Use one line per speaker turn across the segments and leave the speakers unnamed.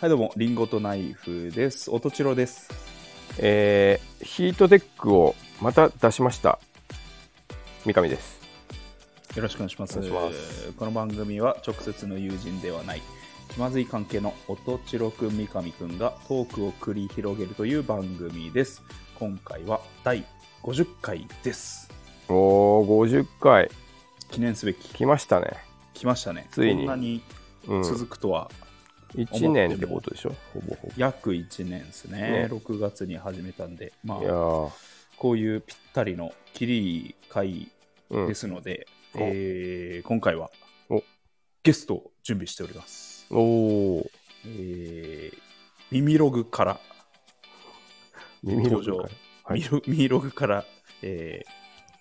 はい、どうも、リンゴとナイフです。おとちろです。
えーヒートテックをまた出しました三上です
よろしくお願いします。
お願いします
この番組は直接の友人ではない、気まずい関係のおとちろくん、三上くんがトークを繰り広げるという番組です。今回は第50回です。
おー50回
記念すべき、
来ましたね、
来ましたね。
ついに
こんなに
うん、
続くとは、
1年ってことでしょほぼほ
約1年です
ね。
ね6月に始めたんで、ま
ぼいや
あ、
ー
こういうぴったりのキリ回
うん
ですので、
お
えー今回は
お
ゲストを準備しております。
おおー
えー、耳ログから、
耳の
登場
はい
耳ロ耳ログから、えー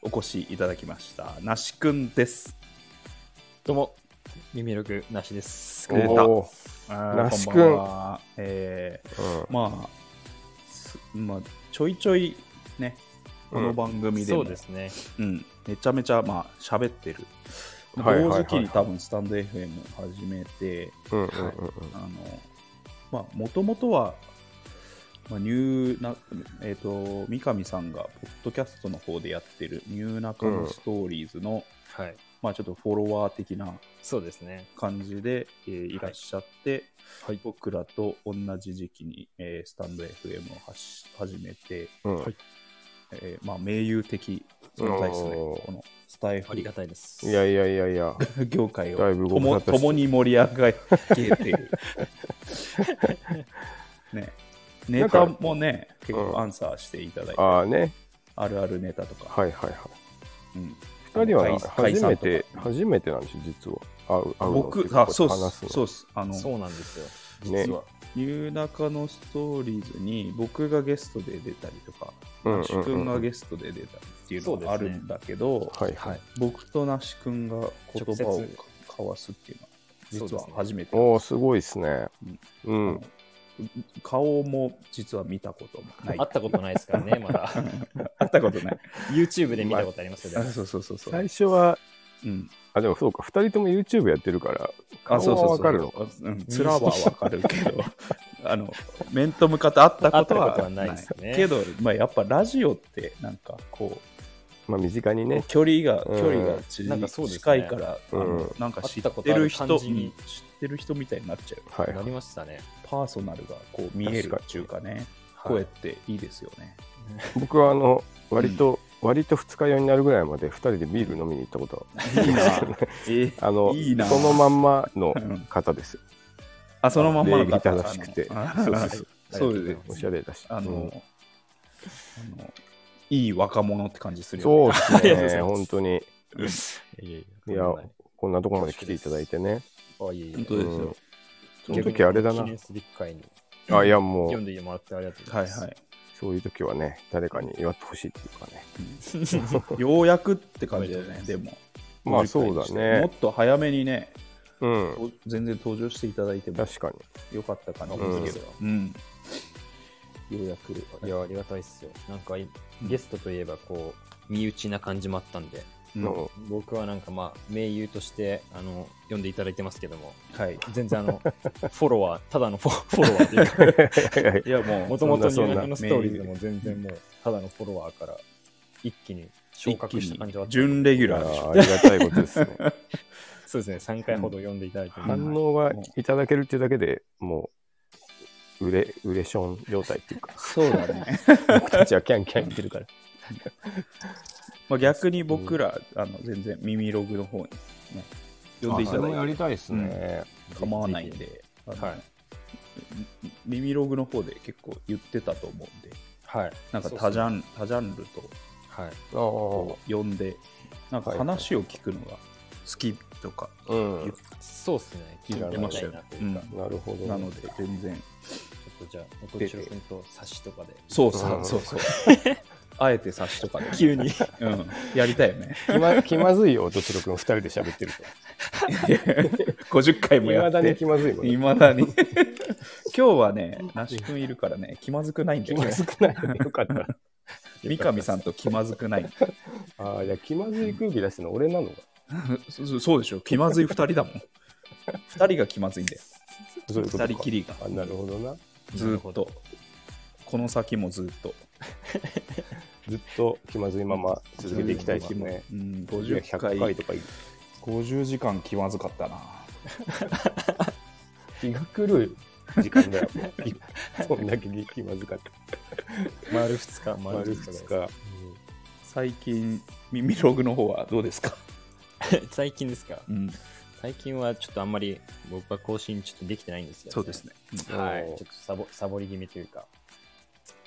お越しいただきました、なしくんです。
どうも、耳力なしです。
れた
おー
あー
なしくん
こばはえ
うん
ーまあ、すまあ、ちょいちょいね、この番組で
そ
も、
うですね。
うん、めちゃめちゃ、まあ、喋ってる。同
はいはいはいはい
時期に多分スタンド FM 始めて、
うんうんうんうん
あの、まあ、もともとは、まあ、ニューな、えっ、と、三上さんが、ポッドキャストの方でやってる、ニューナカのストーリーズの、
はい。
まあ、ちょっとフォロワー的な
そうですね。
感じで、えーいらっしゃって、
はい
僕らと同じ時期に、えースタンド FM を発し始めて、
うん
はい
えーまあ、名優的存在ですね。
お
こ
ー
のスタイ
あ
フ
りがたいです。
いやいやいやい や
業界を
だいぶご
と
無沙
も
汰して
共に盛り上がってい る。ね、ネタもね、結
うん
構アンサーしていただいて、
ああね
あるあるネタとか、
はいはいはい
うん
二人はな初め
解解散とか
て初めてなんですよ実は会う会うのっていう
僕、
か
あ、そうっ
話
す、
す
そうっす、あの、
そうなんですよ。
のね
実は。
ニューナカのストーリーズに僕がゲストで出たりとか、
うんうんうん
なし君がゲストで出たりっていうのがあるんだけど、
はいは
はいい。
僕となし君が言葉を
直接
交わすっていうのは、
そ
実
うで
は
すね
初めて。
おおすごいですねうん
顔も実は見たこともない。
会ったことないですからね、まだ。
会ったことない。
YouTube で見たことありますけど
あ。そうそうそうそう。
最初は
うん。
あでもそうか2人とも YouTube やってるから
あ、そうそうそう。
わかるのか
うん。つらはわかるけど、 あの、面と向かって会ったこと
会ったこと
はな
はないいですね
けど、まあやっぱラジオって、なんかこ
まあ身近に
う、
ね
距離が、
うん
距離が縮
なんかそうですね
近いから、あ
う
の
ん
なんか知
会った
っ
こ
て
とあ
る
る
人、
感
うん
じ
知
に
ってる人みたいになっちゃう。
はい
なりましたね。
パーソナルがこう見え
確
る
かに
っていうかね、
はい
声っていいですよね。
僕はあの割と、割と二日酔いになるぐらいまで2人でビール飲みに行ったこと
いいな。え
あの
いいな
そのまんまの
うん
方です
あ、そのまんまの
礼儀正しくて
あ
そ
の
うそうそう
そうですね
おしゃれだし
あの、
うん
あのいい若者って感じする
そ
よ
う
ね。
ありがと
ですね
うございます
本当に
いや
い
い
やこんなとこまで来ていただいてね
あ、いやいや
本。当ですよ。
その時あれだな
記念すべき回に
あいやも
読ん
う
でもらってありがとうござ
はいい
ます。。
はいい。
そういう時はね誰かに祝ってほしいっていうかね
ようやくって感じだよね、でも。
まあそうだ
も
ね
っと早めにね、
うん
お全然登場していただいても
確かに
よかった感じですけど。うん。ようやく。
いや、ありがたいっすよ。なんか、いゲストといえば、こう、身内な感じもあったんで。
うんは
の
僕はなんかまあ名優としてあの呼んでいただいてますけども
い。
全然あの フォロワーただのフォ フォロワ ーっていうか
いやもう、
もともと
そんなそんな
ニューナカのストーリーズでも全然もうただのフォロワーから一気に昇
一
格
気
した感
に
じはあった
準レギュ
いや
ラーでし
ー
ょ
あ。りがたいことですね
そうですね3回ほど呼んでいただいて、
うん
反応がいただけるっていうだけでもううれうれション状態って いうか
そうだね。
僕たちはキャンキャン言ってるから
まあ逆に僕ら、あの全然耳ログの方にね、呼んでいただいて。
りたいです
ね、構わないんで、あの
はい
耳ログの方で結構言ってたと思うんで、
はい
なんか
そう
多
そう
ジャン多ジャンルと
はい
あ
呼んで、なんか
はいはい
話を聞くのが好きとか、
あうん
そうですね聞いてみたいなというか、ちょ
なるほど
なので全然、
っとじゃあ元千代君と差しとかで
そうそううんそうそう、あえて差しとかで、
急に
うん、やりたいよね。
気ま 気まずいよどちろくん2人で喋ってる
50回
と
も
い
や
ま
っ
だに
て
気。まずいもん
い
ね
まだに今日はね、なし君いるからね、気まずくないん
気
だよ
ま
ね。
ずくないよかった
三上さんと気まずくない。
ああいや気まずい空気出してるの俺なのか
そそうでしょ気まずい2人だもん2人が気まずいんだよ
そういうことか
二人きりが
あなるほどな
ずーっとこの先もずーっと
ずっと気まずいまま続けていきたいですね
う
い
ん、
や
50
100
回
回とかいい
50時間気まずかったな
気が狂う時間だよそんだけ気まずかった
丸2日、
丸2日
最近耳ログの方はどうですか、
日。 最近ですか
うん、
最近はちょっとあんまり僕は更新ちょっとできてないんですよ、
そうですね、うん
はい。
おー
ちょっとサボサボり気味というか。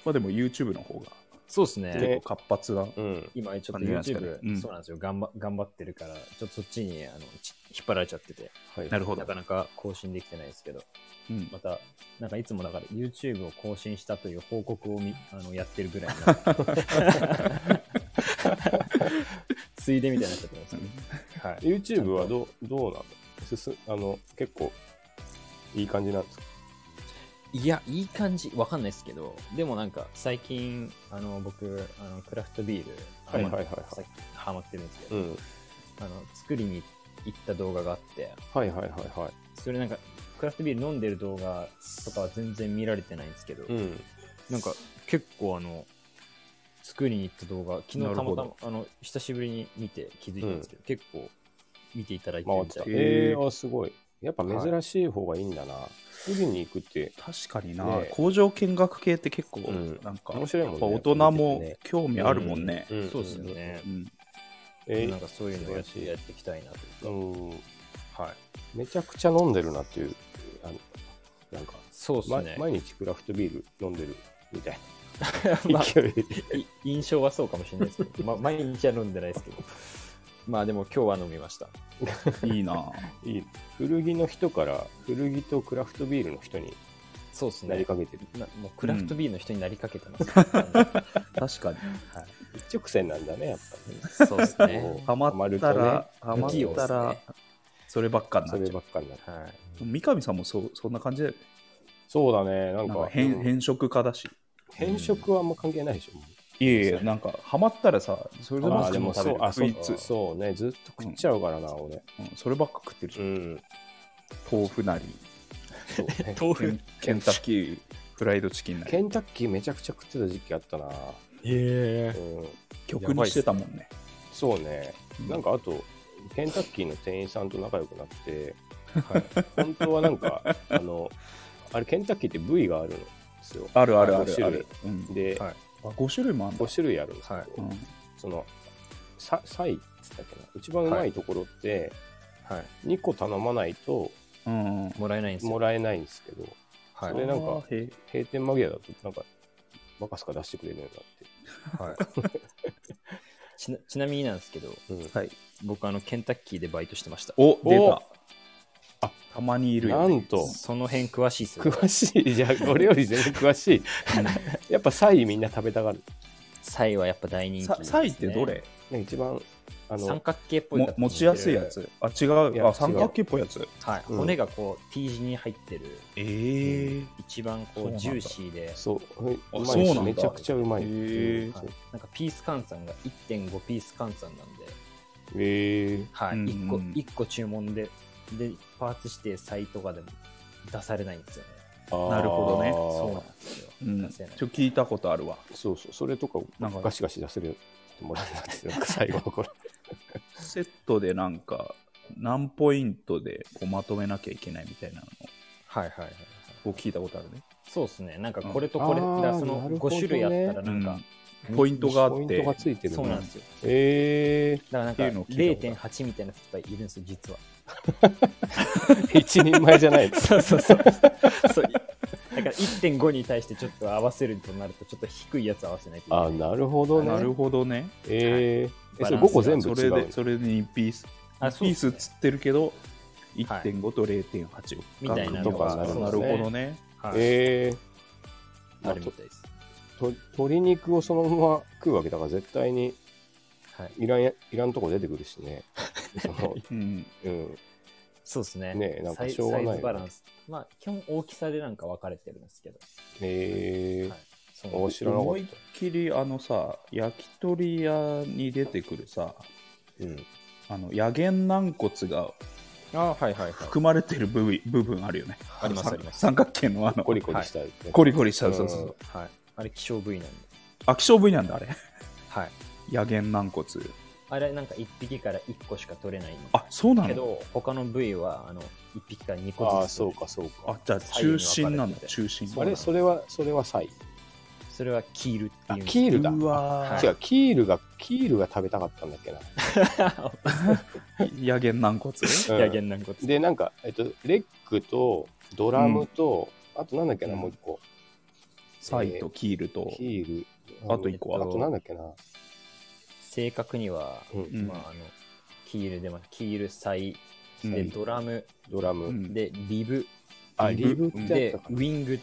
まあ、でも YouTube の方が
そうです
結
ね
で。
構活発な、
うん
今ちょ
感
っ
じ
と
なんですか
YouTube、
ねうん
そうなんですよ頑張。頑張ってるから、ちょっとそっちにあのち引っ張られちゃってて、
はい
なるほど
なかなか更新できてないですけど、
うん
また、なんかいつもだから YouTube を更新したという報告をみあのやってるぐらい な。ついでみたいになっちゃってますけど。はい。
YouTube はどうどうなの進あの結構いい感じなんですか
いや、いい感じ、わかんないですけど、でもなんか、最近、あの、僕、あの、クラフトビール、
はいはいはいはい
あのさっきハマってるんですけど、
うん
あの、作りに行った動画があって、
はいはいはいは
それなんか、クラフトビール飲んでる動画とかは全然見られてないんですけど、
いうん
なんか、結構あの、作りに行った動画、昨日
なる
た
ほ
ま
ど
たま、あの、久しぶりに見て気づいたんですけど、結構、見ていただいて
回
る
っ
みた
た
い
へ
え
え
ー、あすごいやっぱ珍しい方がいいんだな、次に行くって
確かにな、
ねえ
工場見学系って結構
うん
なんか、
面白いもんね
やっぱ大人
見
も
ててね
興味あるもんね、
うん
そうですよね
う。ん
え
なんかそういうのをやっ
素晴らしい
てやっていきたいなというか、
うん
はい。
めちゃくちゃ飲んでるなっていうあのなんか、
そうです
ま
ね。
毎日クラフトビール飲んでるみたい
ま
な
あ
勢いで、
い印象はそうかもしれないですけど、ま、毎日は飲んでないですけど、まあでも今日は飲みました。
いいない
い古着の人から古着とクラフトビールの人に
そうです
なり
ね。
かけてる、
なもうクラフトビールの人になりかけて ます、は
確かに
一直線なんだねやっ
いそうです
ぱね
ね。
ハマったら、ハ
る
マ
と
っ
ね
器用で
た
す
ら
ね。
そればっかにな
そ
っ
れ
ちゃ
ばっかになる
はい。
う三上さんもそうそんな感じだよね
そうだねなん
な
か
んか変,、
うん
変色家だし
変色はあんま関係ないでしょ、
いやいやなんかハマったらさそれで
あ
も
あでも
食べ
そう
る
あ
ス
そ
イ
う
ーツ
そうねずっと食っちゃうからな、俺
うんそればっか食ってるじゃん、
ん
豆腐なり
そうね
豆
ケンケンタッキーフライドチキンなり
ケンタッキーめちゃくちゃ食ってた時期あったな、う
え
ん、
曲にしてたもんね
そうね
うん
なんかあとケンタッキーの店員さんと仲良くなって、はい、本当はなんかあのあれケンタッキーって部位があるんですよ
あるあるあ
五
る
種
あ
類
る、うん、
で、
はい
あ5種類もあんだ
5、種類あるんですけど、
はい
うん、
そのさサイっつったっけな一番うまいところって
は
2個頼まないと
うんうん
い。もらえないんですよ。
もらえないんですけど、
はい。
それなんか
あーへ
閉店間際だとなんかバカスカ出してくれるよう
はい、 ちなちなみになんですけど、
になって、
はい
僕あのケンタッキーでバイトしてました。
お出た
あ
たまにいる
うん、な
よ、ね、
んと
その辺詳しいっすよ。
詳しいじゃあ俺より全然詳しいやっぱサイみんな食べたがる
サイはやっぱ大人気です、
さ
ね。
サイってどれ
ね一番あの
三角形っぽい
も
形
持ちやすいやつあ違
いうや
あ三角形っぽいやつ
はい。
うん
骨がこう T 字に入ってる。
え
え
ー
一番
そう
こ
なん
う
だ
ジューシーで、
そううまい
そうなん
し
だ
めちゃくちゃうまい
へー
はいなんかピース換算が1.5ピース換算なんで、
えー
は
う
い、
ん
一個一個注文ででパーツしてサイトがでも出されないんですよね。
あー
なるほどね
そうなん
そ
ですよ。
うん、
出
ち
せ
ょ
ない。
聞いたことあるわ
うそうそれとかを
なんか
ガシガシ出せるようにもらえなくてなんか最後の頃
セットでなんか何ポイントでこうまとめなきゃいけないみたいなの
はいはいはいはい。
を聞いたことあるね
そうですね。なんかこれとこれ、
うん
だから
あー
そ
な
の
る
五
ほどね
種類あったらなんか、
うんポイントがあ
ポイ
っ
ント
て
がついてる
そうなん
だ
ですよ。
え
だからなん
って
か
いうのを聞いたこ
0.8みたいな人がいるんですよ実は。
ー、 一人前じゃない
そうそうそう。そうだから1.5に対してちょっと合わせるとなるとちょっと低いやつ合わせないといけない。
あーなるほどね
なるほどね
えー、え
バ
そ
ラ
れ
ンスが
5個全部
そ
違
れ
うの
でそれで2ピース
あ
1ピース
そう
っ
です
つってるけど
はい
1.5と0.8
みたいな
のが
なるほ
そうですね
どね
はい
えー
あるみたいです。
と鶏肉をそのまま食うわけだから絶対に
はい。
いらんやいらんとこ出てくるしね。その
うん
うん、
そうですね。
ねえなんか
サイ
しょうがないよ
サ
ね
イズバランス。まあ、基本大きさでなんか分かれてるんですけど。
えー
はい。そ
お
の
知らなかっ
思いっきりあのさ焼き鳥屋に出てくるさ
た。うん、
あの野源軟骨が
あはいはいはい。
含まれてる部分部分あるよね。
あります
の
あります
三角形のあの、
コリコリしたい、
コ
リ
リコリした、そうそうそう。
はい。あれ、希少部位なんで。
あ、希少部位なんだ、あれ。
はい。
野源軟骨。
あれ、なんか1匹から1個しか取れない
あ、そうな
け
の
ど、他の部位は、あの、1匹から2個ずつ取れ
あ
る。
あ、そうか、そうか。
あ、じゃあ中心なんだ、中心。
あれ、それは、それはサイ。
それはキールってい
あ
う。
キールだ
うわ
は
ー
い
違う、キールが、キールが食べたかったんだっけな。
野源軟骨。
うん
いや、げんなんこつ。
で、なんか、えっと、レッグとドラムと、あとなんだっけな、
うん
もう一個。
サイとキールと、
キール。
あと一個
あ
は
となんだっけな。
正確には、
うん
うん
まあ、あの、キールで、まあ、キール、サイ、
うん
で、ドラム、
ドラム。
うん
で、リブ、
あ、
リ
リブ
ブ
ってや
で
った、か
ウ
な。
ィング。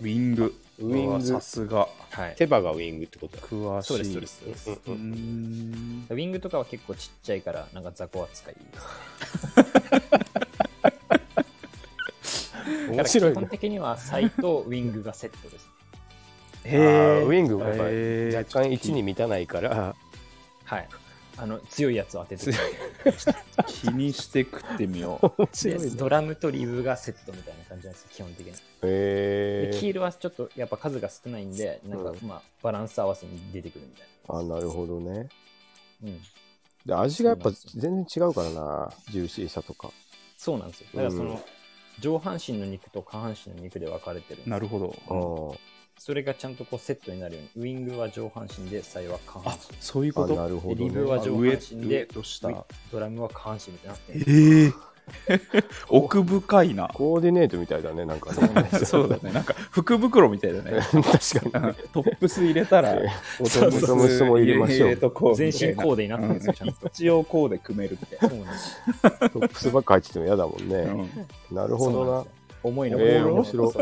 ウィング。
ウィン
うわさ
グ。
すが。
はい。
手羽がウィングってことだ。
詳しい。
そうです、そうです。そうです
う
う
ー
ん
ん。
ウィングとかは結構ちっちゃいから、なんか雑魚扱いです。
面白い
基本
ね。
的にはサイ とウィングがセットです。
へ
あーウィングがやっぱり
へー
若干1に満たないから、
はい。あの強いやつを当てて
強
気にして食ってみ よう。
面
でドラムとリブがセットみたいな感じなんですよ、基本的に。
へ
でキ
え。
ールはちょっとやっぱ数が少ないんで、なんか、
う
まあバランス合わせに出てくるみたい
あ、なるほどね。
な。うん。
で、味がやっぱ
そう
全然違うからな、ジューシーさとか。
そうなんですよ。だからその、
うん
上半身の肉と下半身の肉で分かれてるんです
なるほ
う
ど。
ん。
それがちゃんとこうセットになるように、ウィングは上半身で、サイは下半
あ、そういうこ
あ、
と。
なるほ
身。でリ
ど
ブ
ね。
は上半身
上
で、
と下
ドラムは下半身みたいになってる
えー、 奥深 いな。
コーディネートみたいだね、なんかね。
そうだね。なんか福袋みたいだね。
確かに。
トップス入れたら、ボトムス
ボトムスも入れましょう
入れとこう
全
みたい
身
な
コーデになってるんですよ、ちゃん と。
一応こうで組めるみたい
そうなんですよ
トップスばっか入ってても嫌だもん
な。
ね。なるほ
そうな
ど
んですよ。重い
な。
の
えー、
おもろ
面白い。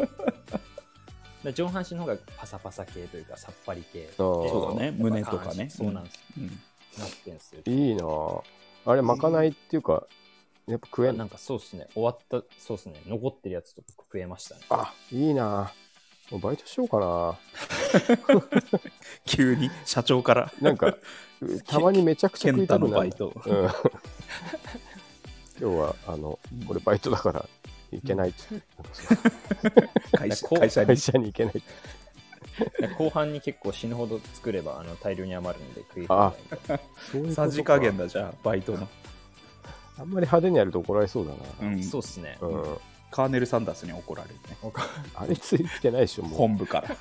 で上半身の方がパサパサ系というかさっぱり系
そう
だね
やっぱ
胸とかね
下半身そうなんですよ、
うん
なってんすよ
いいなぁあれ、まかないっていうか、やっぱ食え
あ
ん
なんかそうっすね終わったそうっすね残ってるやつとか食えましたね
あ、いいなぁもうバイトしようかな
急に社長から、
なん か、たまにめちゃくちゃ
健
食いた
太
く
の
な
バ
る
イ。ト。
うん 今日は、あの、俺バイトだから行けないって。
会社
こう
会社に
会。社に行けない。
で後半に結構死ぬほど作ればあの大量に余るんで食い
あ
放題
そういうことか
さじ加減。だじゃあ、バイトの。
あんまり派手にやると怒られそうだ
う
な。
ん
そうっすね、
うん。
カーネル・サンダースに怒られるね。
あれついてないでしょ、もう。
本部から。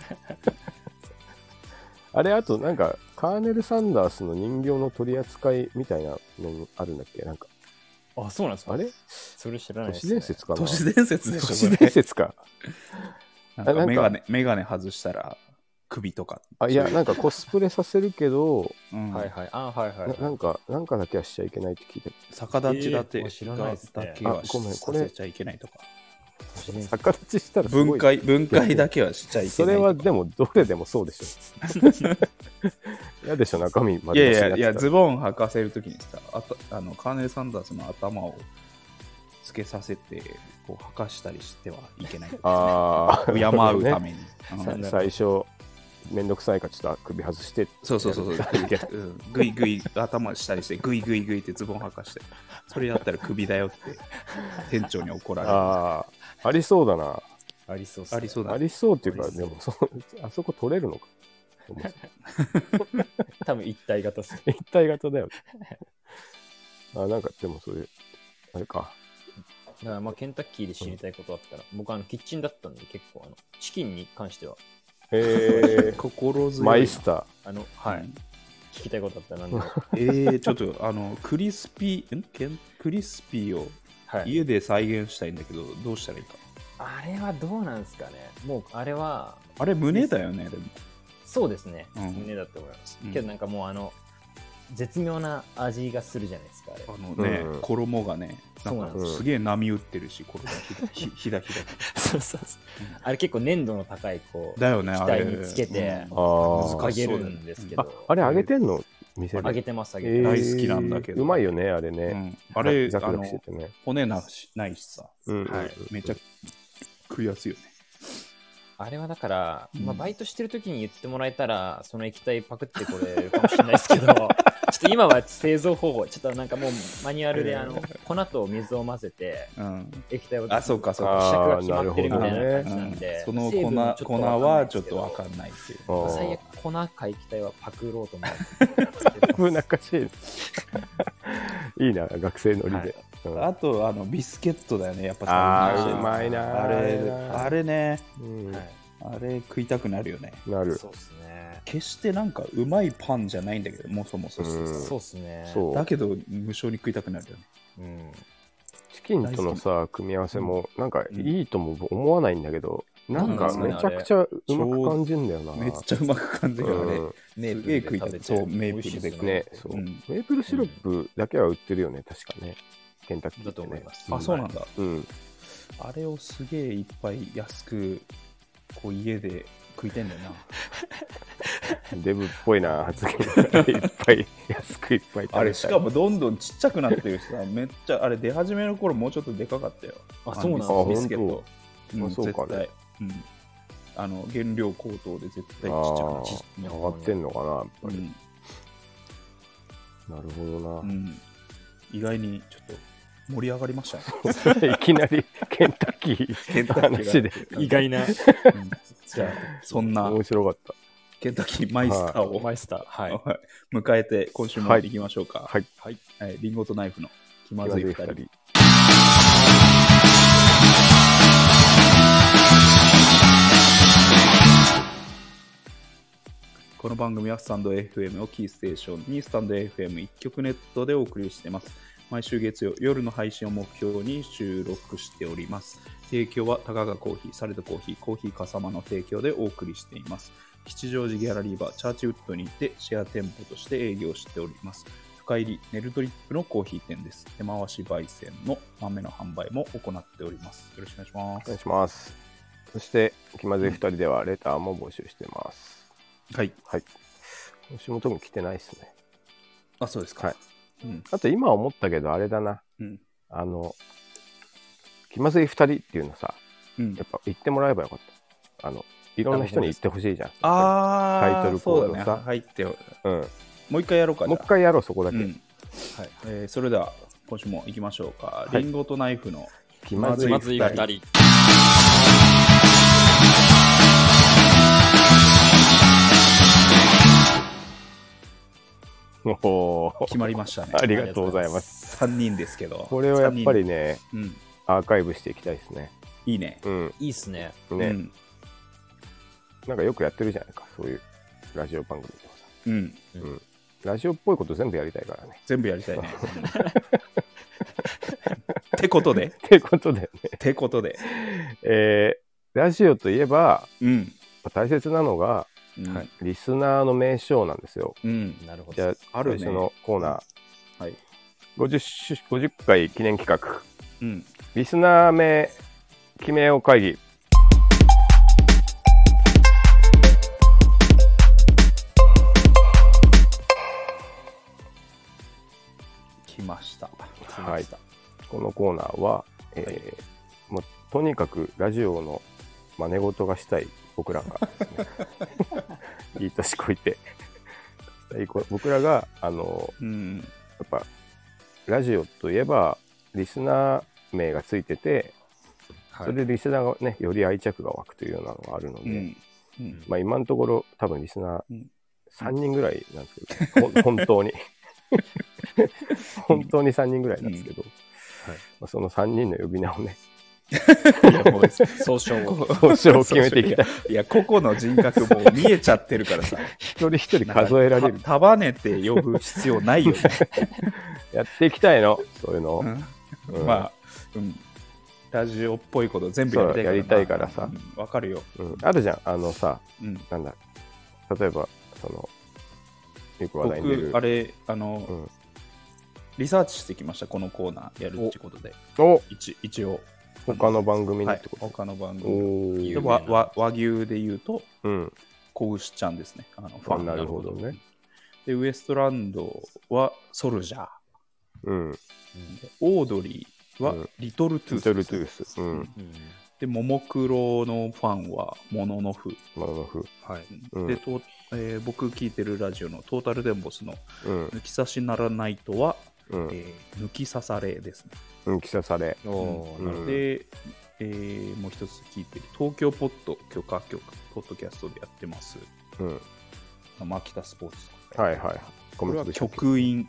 あれ、あと、なんか、カーネル・サンダースの人形の取り扱いみたいなのあるんだっけなんか、
あそうなんですか
あれ
それ知らない
都市
です、
伝
ね、
説かな
都市伝説で
都
し
市
ょ、こ
伝
れ。
説か。
なん
あなん
か
か
メガネ、メガネ外したら首とか。
あいや、なんかコスプレさせるけど、
うん
はいはいあはいはい、
ななんか、なんかだけはしちゃいけないって聞いて、
逆立ちだて、
えー知らないっすね
だけは
あごめん
さ
これ
せちゃいけないとか。
都市伝説
逆立ちしたらすごい
分解、分解だけはしちゃいけ
そ
ない
れ
とか。
はでも、どれでもそうでし ょ。嫌でしょ、中身ま
い
で出
やい
しにな
や
っ
い
てた
や、ズボン履かせるときにさあたあの、カーネル・サンダースの頭をつけさせて、こう、履かしたりしてはいけない。
ああ、
敬う
ね。
ために。
さ
うん
最初、めんどくさいからちょっと首外して、
そうそうそうそう。うんグイグイ頭したりして、グイグイグイってズボン履かして、それやったら首だよって、店長に怒られる。
ああ、ありそうだな。
ありそうっすね
ありそうだ
あ
ね。
りそうっていうか、
ありそ
で
う
もそ、あそこ取れるのか。
多分一体型っすね
一体型だよ。 あなんか、でもそれ、あれか。
だからまあケンタッキーで知りたいことあったら、僕あのキッチンだったんで結構あのチキンに関しては
え
心強い
ー、
な。
マイスター。
あの
は
は
い。
い、聞きたいことあったら 何でも
えー、ちょっと、あの、クリスピー、んけんクリスピーを
はい
家で再現したいんだけど、どうしたらいいか。
あれはどうなんですかねもうあれは
あれ、胸だよね、でも。
そうですね、
うん
胸だと思います、
うん
けどなんかもうあの絶妙な味がするじゃないですかあれ
あのね、
うん
衣がね、な
そ
ん
うなん
か
です
よ
すげえ波打ってるし、衣ひひひだひだ。
そうそうそうあれ結構粘度の高いこう
だよね、あれ。
額につけて
うん
あ
難
揚
しい
げるんですけど、
ああれ、揚げてんの店で。
揚げてます揚げ
え
て
ー
ます、
大好きなんだけど
うまいよね、あれ
う
ね。
んあれ、
ザ
あ
クザク
の
しててね。
骨なしないしさ、
うんうん
はい、めちゃ食いやすいよね。
あれはだから、
うん
まあ、バイトしてる時に言ってもらえたらその液体パクってこれるかもしれないですけどちょっと今は製造方法、ちょっとなんかもうマニュアルであの粉と水を混ぜて
うん、
液体を
あそうかそう
あ
か、
希釈が決まってるみたいな感じなんで、
その
成分も
粉
ちょっ
粉
と
はちょっとわか
んない
んないってい
あ
う
ですけど最
ー
悪粉か液体はパクろうと思って
危なっかし い。いいな、学生乗りで。うん
あとあのビスケットだよねやっぱ
あー
最近
うまいな
あれあれね
うん
はい
あれ食いたくなるよね
なる。
そうっすね。
決してなんかうまいパンじゃないんだけどもそもそ
うん
そうっすね。
そう
だけど無性に食いたくなるよね
うん。
チキンとのさ、組み合わせも、なんかいいとも思わないんだけど、なんかめちゃくちゃうまく感じんだよな。
めっちゃうまく感じるあれ、
うん
メ
すげえ食いたいそうメープ
ね
ルで
食べて美味しいっす
そう
うん
メープルシロップだけは売ってるよね、確かね。ケンタッキー
だ
っ
と
て
思い
ね
ま。す。
あそうなんだ
うん。
あれをすげえいっぱい安くこう家で食いてんだよな
デブっぽいな、発言がいっぱい、安くいっぱい食べたい
あれしかもどんどんちっちゃくなってるしさめっちゃあれ出始めの頃もうちょっとでかかったよ
あそうなんだ
あのビスケット
あ本当
うん
あそうかね
絶対うんあの原料高騰で絶対ちっちゃ
あ
くなっちゃ
ー
ちっちゃくなっちゃう
上がってんのかな、やっぱ
う、う
り。
ん
なるほ
うん、意外にちょっと盛り上がりましたね
ど な。いきなりケンタッキーの話で。
意外な
うんじゃあそんな
面白か った。
ケンタッキーマイスターを、
マイスター。はい。
はい迎えて今週もやっていきましょうか、
はい。
はい。
はいリンゴとナイフの気ま
ま
ず
ず
い
い二
2人
人。
この番組はスタンド FM をキーステーションにスタンド FM1 曲ネットでお送りしています。毎週月曜夜の配信を目標に収録しております。提供は高がコーヒー、サレドコーヒー、コーヒーかさまの提供でお送りしています。吉祥寺ギャラリーバーチャーチウッドにてシェア店舗として営業しております。深入りネルドリップのコーヒー店です。手回し焙煎の豆の販売も行っております。よろしくお願いしま
お願い
す。
します。そして、気まずい二人ではレターも募集してます。
はい。
はい。今週も特に来てないですね。
あ、そうですか。
はい
うん。
あと今思ったけど、あれだな。
うん。
あの、気まずい二人っていうのさ、
うん
やっぱ言ってもらえばよかった。あの、いろんな人に言ってほしいじゃん。
あー
タイトルコードさ
そうだね、入ってよ
うん。も
もう一回やろうか
う一回やろう、そこだ
じ
け。
ゃあうんはいえーそれでは今週も行きましょうか、
はい
リンゴとナイフの
気
まずい
まずい二人。
おー
決まりましたね
ありがとうございます。
す。
3人ですけど
これはやっぱり
三
ね、
人うん
アーカイブしていきたいですね。
いいね
うん。
いいっすね。
ね、
うん、
なんかよくやってるじゃないか、そういうラジオ番組とかさ。
うん
うん。ラジオっぽいこと全部やりたいからね。
全部やりたいねってことで
ってことでね、
ってことで
えーラジオといえば、
うん、
大切なのが、
うん
はいリスナーの名称なんですよ。
うん
なるほど。
じゃあ、
あるね
最初のコーナー、
はい
50し、50回記念企画、
うん、
リスナー名記名を会議。
来ました
はい、このコーナーは、えーもうとにかくラジオの真似事がしたい僕らがですねいい年こいてしたいこ僕らがあの
うん
やっぱラジオといえばリスナー名がついてて
は
そ
い
れでリスナーがねより愛着が湧くというようなのがあるの
う
で、
んうん
まあ、今のところ多分リスナ
う
ー
ん
3人ぐらいなんですけど、ほん 本 当に本当に3人ぐらいなんですけど、
はい
まあ、その3人の呼び名をね
総称を。
総称を決めていきたい
いや個々の人格もう見えちゃってるからさ
一人一人 数えられる
た束ねて呼ぶ必要ないよね、
やっていきたいのそういうのを、うん
まあ、うん、ラジオっぽいこと全部やりたいからな
そうやりたいからさ
うんわ、かるよ、
うんあるじゃんあのさ
うん、
なんだ例えばそのよく話題に出
僕
る
あれあの、
うん
リサーチしてきましたこのコーナーやるってことで
お
一一応、
他の番組の
は
っ
い
て、こと、
他の番組
おー
で
有名な
わわ和牛で言うと
うん
子牛ちゃんですねあのフ
あ
ァン
なるほどね
でウエストランドはソルジャー
うん
オードリーは
うん
リトルトゥ
リ
ース、
トルトゥースうん
うん
で、ももクロのファンは、もののふ。
マロノフ。
はい。
うん
で、とえー僕聞いてるラジオのトータルテンボスの
うん。
抜き差しならないとは、
うん。
えー抜き刺されですね。
うん、喫茶され。
おー
うん
なるほど
で、えーもう一つ聞いてる、東京ポッド許可局、ポッドキャストでやってます。
うん。は
マキタスポーツと
いはいはい。ご
こ
め
れ
ん
は
ちょっと
局員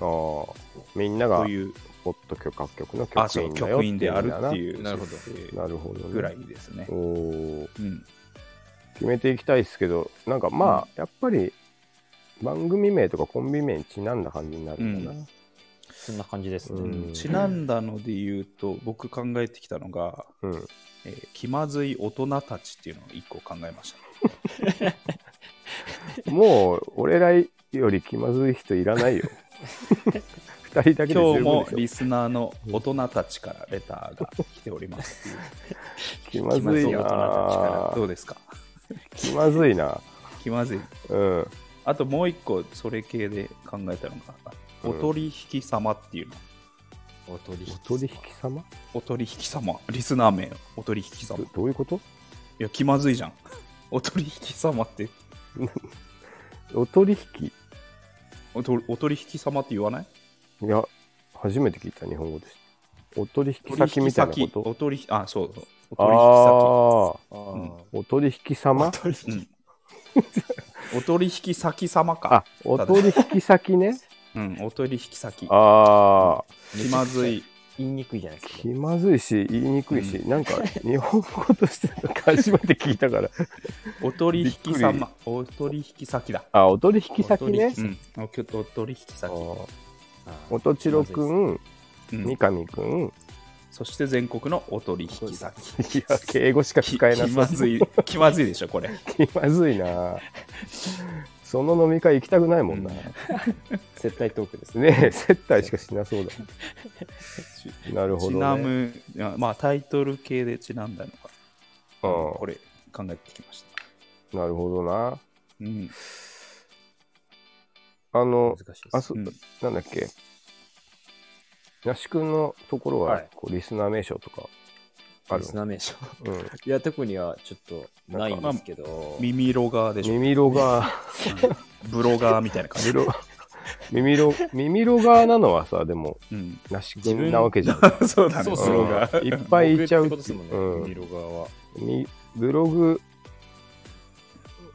ああ。みんな
と
が、
いう、
ポッド許可局の
あ、
局
そう、
員だよ。
局員であるって
う。
いう、
なるほど
設定
なるほどね。
ぐらい。ですね
お。お。
うん。
決めていきたいですけど、なんかまあ、やっぱり、番組名とかコンビ名にちなんだ感じになるんだな。
そんな感じですね。
うん
ちなんだので言うと、僕考えてきたのが、
うん。
えー気まずい大人たちっていうのを一個考えました。
もう、俺らより気まずい人いらない よ。二人だけで十
今日
分
も
でしょ
リスナーの大人たちからレターが来ておりますっていう。
気まずい
気まずい大人たちか
な
らどうですか
気まずいな
気まずい。
うん
あともう一個、それ系で考えたの
う
が、
ん
お取引様っていうの。
お取引。
お取引様
お取引様、リスナー名、お取引様。
ど
い
どういうこと
や、気まずいじゃん。 お取引様って、
お取引
おとお取引様って言わない
いや初めて聞いた日本語ですお取引先みたいなこ
お
と
取引、あ、そうそう。お
ああ
取引
あ
うん
ー
ーお取引様
先。うん お取引先様
あ
か。
お取引先ね
うん、お取引先。
ああ
気まずい。
言いにくいじゃないですか
気。まずいし言いにくいし、なんか日本語としてなんか初めて聞いたから
お取引
びっ
様。お取引先だ。
あお取引先
お取
ね
引
うん、おきょお取引
あ
先。
ー
あー
おとちろくん
うん
三上くん
そして全国のお取引先。
いや敬語しか
き
使えな
気
さ
ま
そう
ずい、気まずいでしょ、これ。
気まずいなその飲み会行きたくないもんな、
う
接待トークですね。
ねえ接待しかしなそうだ
ち
なるほど、ね、
ちなむ、いやまあタイトル系でちなんだのか、こ
う
れ考えてきました。
ん、なるほどな
うん、
あの
難しいです。
あそ、
うん
なんだっけ那須君のところは、
はい
こうリスナー名称とかある
リスナー名称。
うん、
いや、特にはちょっとないんですけど。
耳ロガーでしょ、
耳色が
うんブロガーみたいな 感じ。
色耳色耳色がなのはさでも
うん、
那須君なわけじゃん
そうだね、
そう
っす
ブ
ね
ロガー。
いっぱいいちゃう
僕ってことですもんね。
うん
ミロ側は。
みブログ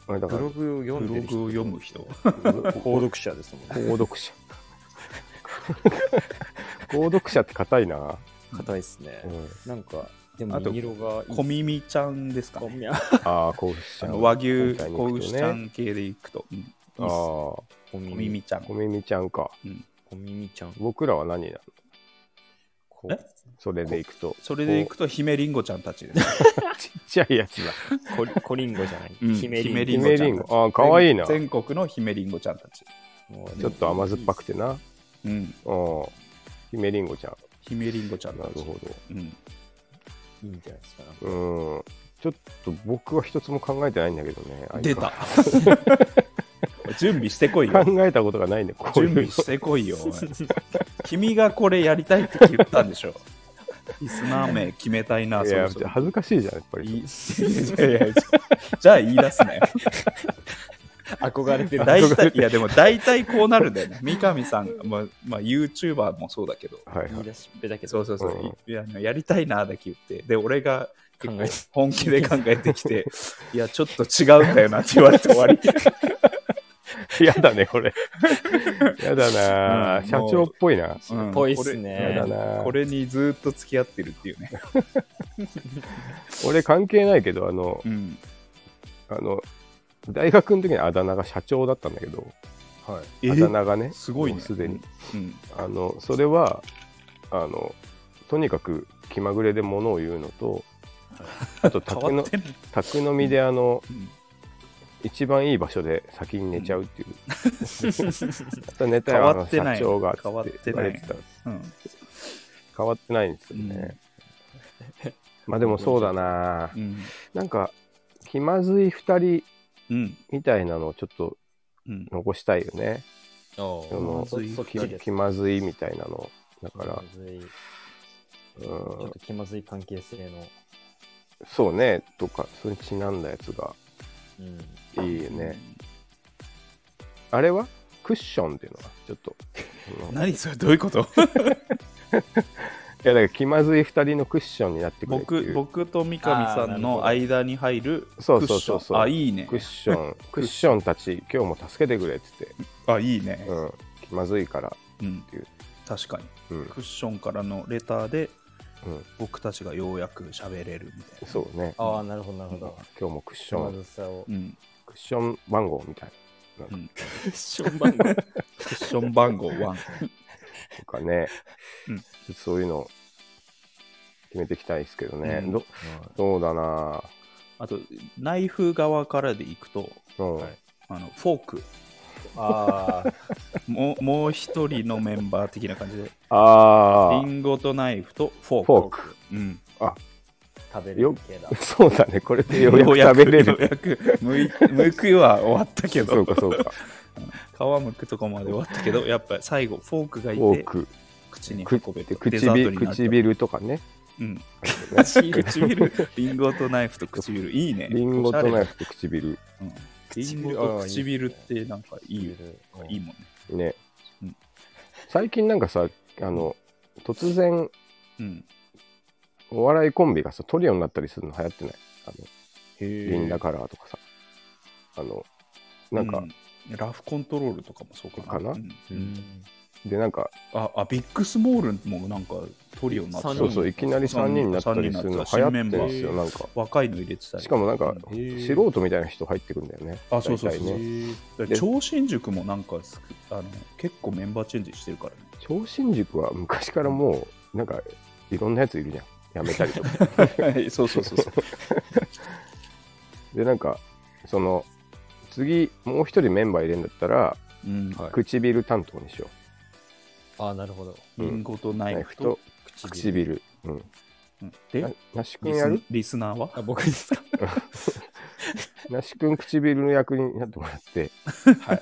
あれだか
ブ
ら
ログを
ブ
読んで
ロ
る
グを
人。
読む人。
購読者ですもんね。
購読者 購読者って硬いな、
硬いっすね
う。ん
なんか、で
あ
も、
と
ミロ側いいっすね。
小耳ちゃんですか
コ
ね。
ミャ。
ああ購読
あ
者
の和牛、
本体に
子
行くとね
牛ちゃん系でいくと。うん
ああ小
コ
小
ミミ。
耳ちゃん。
耳ちゃんか
コミミちゃん。
僕らは何なの
こ
え
それでいく と
それでいくと、姫りんごちゃんたちです。
ちっちゃいやつだ
コリコリンゴじゃない。
うん
ヒメ
ヒメ
リ
ひ
リン
ン
ゴ
め
ちゃ
り
ん
んごああかわいいなち
全国の姫りんごちゃんたち。
ゴ。
ょっと甘酸っぱくてな
うん。
うんひめりんごちゃん
姫りんごちゃんた
な
ち。
るほ
うん。
いいんじゃないですか。なんか
どうんちょっと僕は一つも考えてないんだけどね
出た。 準備してこいよ。
考えたことがないねこうい
準
うの
備してこいよ。おい君がこれやりたいって言ったんでしょ。リスナー名決めたいな、
い
そ
や
ろそろ
恥ずかしいじゃんやっぱ
い
り
いいやいや じゃあ言い出 すね。
憧れてる。
大体、いやでも大体こうなるんだよね。三上さん、まあ、まあ、YouTuber もそうだけど。
はい
言
はいい
出しっぺだけど。
そうそうそう。
うん
いやあのやりたいなだけ言って。で、俺が結
考え
構
て
本気で考えてきて、 いや、ちょっと違うんだよなって言われて終 わり。
やだね これやだなあ
うん
社長っぽいな
うん
ぽいっす
やだ
ね。
な
これにずっと付き合ってるっていうね。
俺関係ないけどあの
うん。
あの大学の時にあだ名が社長だったんだけど
はい。
あだ名がね
すごいね。
もうすでに。
うん。
あのそれはあのとにかく気まぐれでものを言うのとあと宅
変わ
の
ってんの
宅飲みであの
うん
一番いい場所で先に寝ちゃう っていう、また寝た
変
らあ
わ
の
って
社
ない
長がつ
変わって
言
な
わ
い
れてた
うん。
変わってないんですよね、まあでもそうだな
うん。
なんか気まずい二人
うん。
みたいなのをちょっと
うん。
残したいよね
お
その
そそっ
気
ちです。
気まずいみたいなのだか
気
ら
まずい。ち
うん
ょっと気まずい関係性の。
そうね、とか、それにちなんだやつが
うん。
いいよね。あれはクッションっていうのは、ちょっと。あのい
何それどうい うこと
や、だから気まずい2人のクッションになってくれってい
僕
う
僕と三上さんの間に入るクッショ
そ
ン
うそうそうそう
あいいね
クッシ ョン、クッションたち、今日も助けてくれって言っ
あいいね
て、うん、気まずいから、
うん
ていう
確かに
うん、
クッションからのレターで
うん、
僕たちがようやく喋れるみたいな
そうね。
ああ、なるほど、なるほ
今
ど。
日もクッシ
気ま
ョン、
ずさを
う。ん
クッション番号みたい
クッション番号。
クッション番号1
なとかね、
うん
ちょっとそういうの決めていきたいですけどね。
うん
どそうだな
あとナイフ側からでいくと
うん、
はい
あのフォーク
ああ、
もうもう一人のメンバー的な感じで
あ
リンゴとナイフとフォーク
フォーク
うん、
食べる系だ
あ、。 そうだね。これでようやく食べれ
よう
る。
やくむいむくは終わったけど
そうかそうか。
皮むくとこまで終わったけどやっぱ最後フォークがい
フォー
て
ク、
口に運べ
く
とデザートに
唇
なった
唇とか ね。
うん
ね
唇リンゴとナイフと唇いいね
リンゴとナイ
フ、
フと唇。
うんリンゴと唇ってなんかいいよいいもんね
ね
うん。
最近なんかさ、あの、突然、
うん
お笑いコンビがさ、トリオになったりするの流行ってないあの、
へ
リンダカラーとかさ。あの、なんか、
うラフコントロールとかもそうか
か
な
な
うん
うん。
で、なんか、
ああビッグスモールンもなんかトリオになってた
三人
そうそう、いきなり3人になったりするの流行ってるん
三人になった新メンバ
で
ー
すよ、なんか。
若いの入れてたり
しかもなんか、
へー
素人みたいな人入ってくるんだよね。
あそうそう
大
そ
体
うそう
ね。
だから超新塾もなんかすあの結構メンバーチェンジしてるからね
超新塾は昔からもう、なんか、いろんなやついるじゃん。やめたりとか。
はい そうそうそうそう。
で、なんか、その、次、もう一人メンバー入れるんだったら、
うんはい
唇担当にしよ
ああ、なるほど。
う。う
リン
ん、
ゴとナ
ナイ
イ
フ
フと
と。唇。うん。
うん
な
で、
なし君
リ
や
ス
る
リスナーは
あ、僕ですか。
なし君唇の役になってもらって、
はい。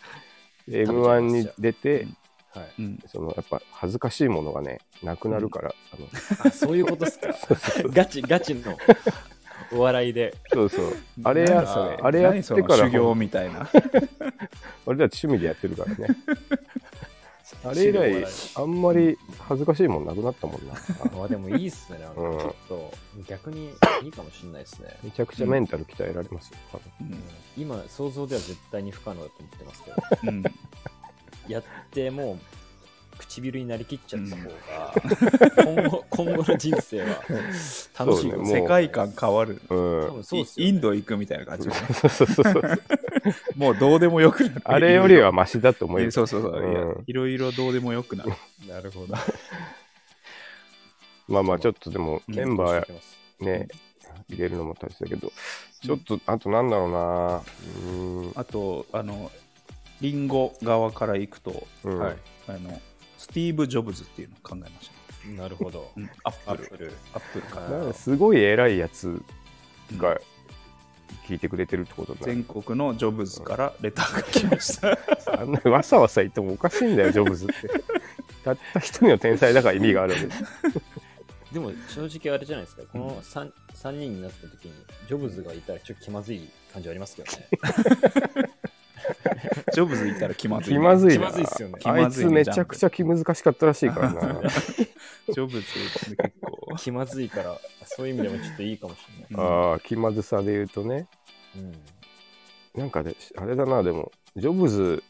で M1 に出て、
はい。
うん。
その、やっぱ、恥ずかしいものがね、なくなるから、あの
あ、そういうことっすか。 ガチ、ガチの。お笑いで。
そうそう。あれや
何そ
あれやってから
何その修行みた いな。
俺たち趣味でやってるからね。あれ以
お笑
来
い、
あんまり恥ずかしいもんなくなったもんな。
まあでもいいっすね。なんか
うん
ちょっと逆にいいかもしれないですね。
めちゃくちゃメンタル鍛えられますよ。多分
うん
うん今、想像では絶対に不可能だと思ってますけど、
うん
やってもう唇になりきっちゃった方が、今後 今後の人生は楽しいかもしれ
そう
ない
ねも
世
う
界観変わる。
うん
多。分そうっすよ、
イ
ね。
ンド行くみたいな感じ。
そうそうそうそう。
もうどうでもよくなる。
あれよりはマシだと思
え
います。
そうそうそう、いや
うん
いろいろどうでもよくなる。
なるほど。
まあまあ、ちょっとでも、
うん
メンバー
うん
ね、入れるのも大切だけど、ちょっと、あとなんだろうなう
あと、あの、リンゴ側から行くと、
ーん。うん
はい。
あの、スティーブ・ジョブズっていうのを考えました。
なるほど。
うんア
ア
ップ
ッ
ル。
プル。
アップルか
あ
ら。
なんかすごい偉いやつ
うん
が聞いてくれてるってことだ
全国のジョブズからレターが来ました。
あんなわさわさ言ってもおかしいんだよ、ジョブズって。た った一人の天才だから意味があるんです。
でも正直あれじゃないですか、この 3, 三人になった時に、ジョブズがいたらちょっと気まずい感じありますけどね。
ジョブズ行ったら気まずい
気
ね。
まずい
気
な
まずいっすよね。
気
あい
まずい
つ
ね
めちゃくちゃ気難しかったらしいから な。
ジョブズって結構。
気まずいから、そういう意味でもちょっといいかもしれない。
うん
ああ、気まずさで言うとね。
うん、
なんかね、あれだな、でも、ジョブズ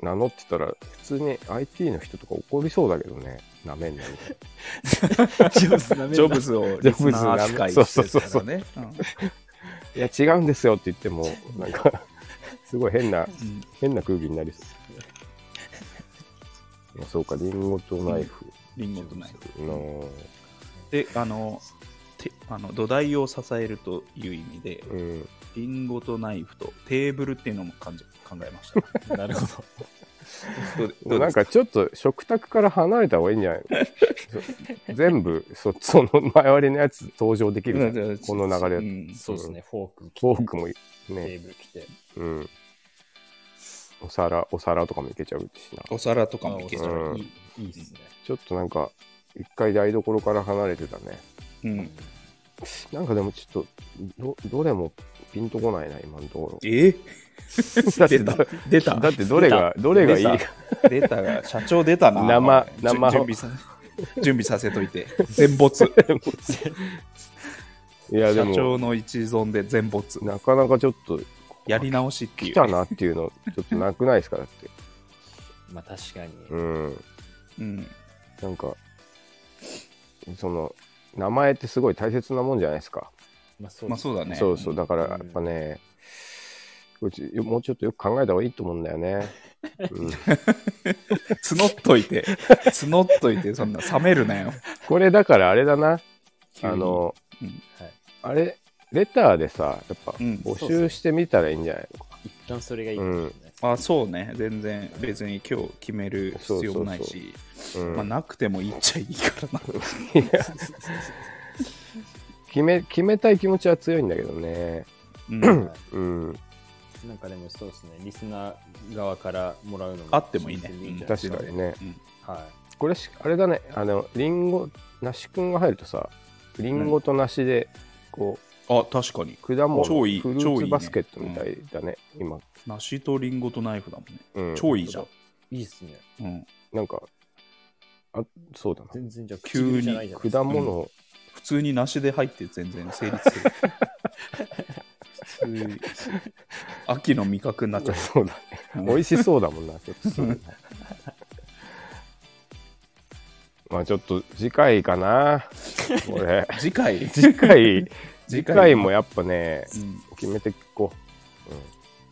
名乗ってたら、普通に IT の人とか怒りそうだけどね、なめん なみたい
ジョブズなめんな
ジョブズをリスナー扱いしてるからね。
な。いや、違うんですよって言っても、なんか、すごい変な、
うんうん
変な空気になり そう。いやそうか、リンゴとナイフ。
リンゴとない。
の
で、あの、てあの土台を支えるという意味で、
うん、
リンゴとナイフとテーブルっていうのも感じ考えまし た。
なるほ
どうでどう
な
で
ん
すか
かちょっと食卓から離れた方がいいんじゃない の全部そ その周りのやつ登場できるじゃんこの流れだと
うん
ど。そうですね、フォーク来て、
フォークもい
テ
ね、
ーブル来て。
うん、お皿お皿とかもいけちゃうしな
お皿とか
あ
もい
お
け
ちゃ
そう
皿
ん
いいいいっすね。
ちょっとなんか一回台所から離れてたね
うん。
なんかでもちょっと、ど、どれもピンとこないな、今のところ。
え
だって
出た出た
だってどれが、どれがいいか。
出たが社長出たな
生
お前
生
準準備さ準備させといて全没
いや、で
社
も、
長の一存で全没
なかなかちょっと、
やり直しってい
来
う
たなっていうの、ちょっとなくないですか、だって。
まあ確かに。
うん。
うん
なんか、その、名前ってすごい大切なもんじゃないですか。
まあそう
まあそうだね
そうそう、だから
うん
やっぱね、うちもうちょっとよく考えた方がいいと思うんだよね。 うん
募っといて募っといてそんな冷めるなよ
これだからあれだな、
急に
あの、
はい。
あれ、レターでさ、やっぱ
うん
募集してみたらいいんじゃないのか。
一旦それがいいかもしれないです。
あそうね全然別に今日決める必要もない
そう
し
うん
まあなくてもいいっちゃいいからな
決め決めたい気持ちは強いんだけどね。
うん
は
うん、
いなんかでもそうですね、リスナー側からもらうのも
あってもいいね
全然んじゃない
確かにね。
うん
は
これし、あれだね、あの、リンゴ、梨くんが入るとさ、リンゴと梨で、こ
あ確かに
う、果物、
超いい
フル
超いい
ーツ
ね
バスケットみたいだね、今。
梨とリンゴとナイフだもんね
うん、
超いいじゃん
い。いいっすね。
うん
なんか、あそうだな。
全然じゃあ
急に
唇じゃないじゃないですか
果物を、
普通に梨で入って全然成立 する普通に秋の味覚になっちゃ
そうだね。
う、
美味しそうだもんな、ちょっ とすぐ。 まあちょっと次回か な。これ。
次回
次回、 次
次回
回もやっぱね、
うん
決めていこ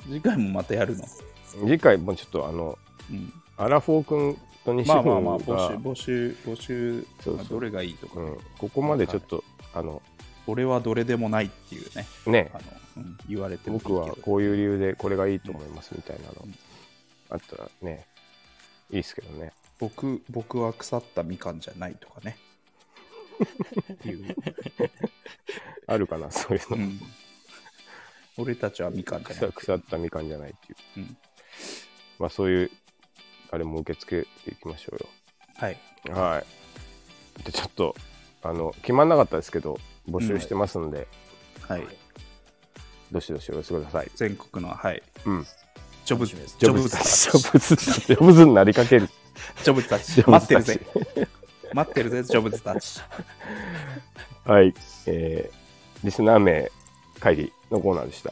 次回もまたやるの、
う。うん次回もちょっとあの、
うん、
アラフォー君と西
まあ
本が、
まあまあ募集募集募集
そうそう
まあどれがいいとか、
うん、ここまでちょっと、あの、
俺はどれでもないっていうね
ね
あ、の、うん言われてもいいけ
僕
ど
はこういう理由でこれがいいと思いますみたいなの、あったらね、いいですけどね。
僕僕は腐ったみかんじゃないとかねっていう、
あるかな、そういうの。
うん、俺たちはみかんじゃな
腐
い、
腐ったみかんじゃないっていう。
うん、
まあそういう、あれも受け付けていきましょう
はい
よ。はい。で、ちょっと、あの、決まんなかったですけど、募集してますんで、
はい
どしどしお寄せください。
全国のはい
うん。
ジョブ
楽しみです
ジョブズ
た
た
ち、ジ
ち
ョブズ、ジョブズになりかける。
ジョブズた
ジ
ち
ョブ
待っ
ズ
て
た
る
ち
ぜ待ってるぜジョブズたち
はい。えー、リスナー名会議のコーナーでした。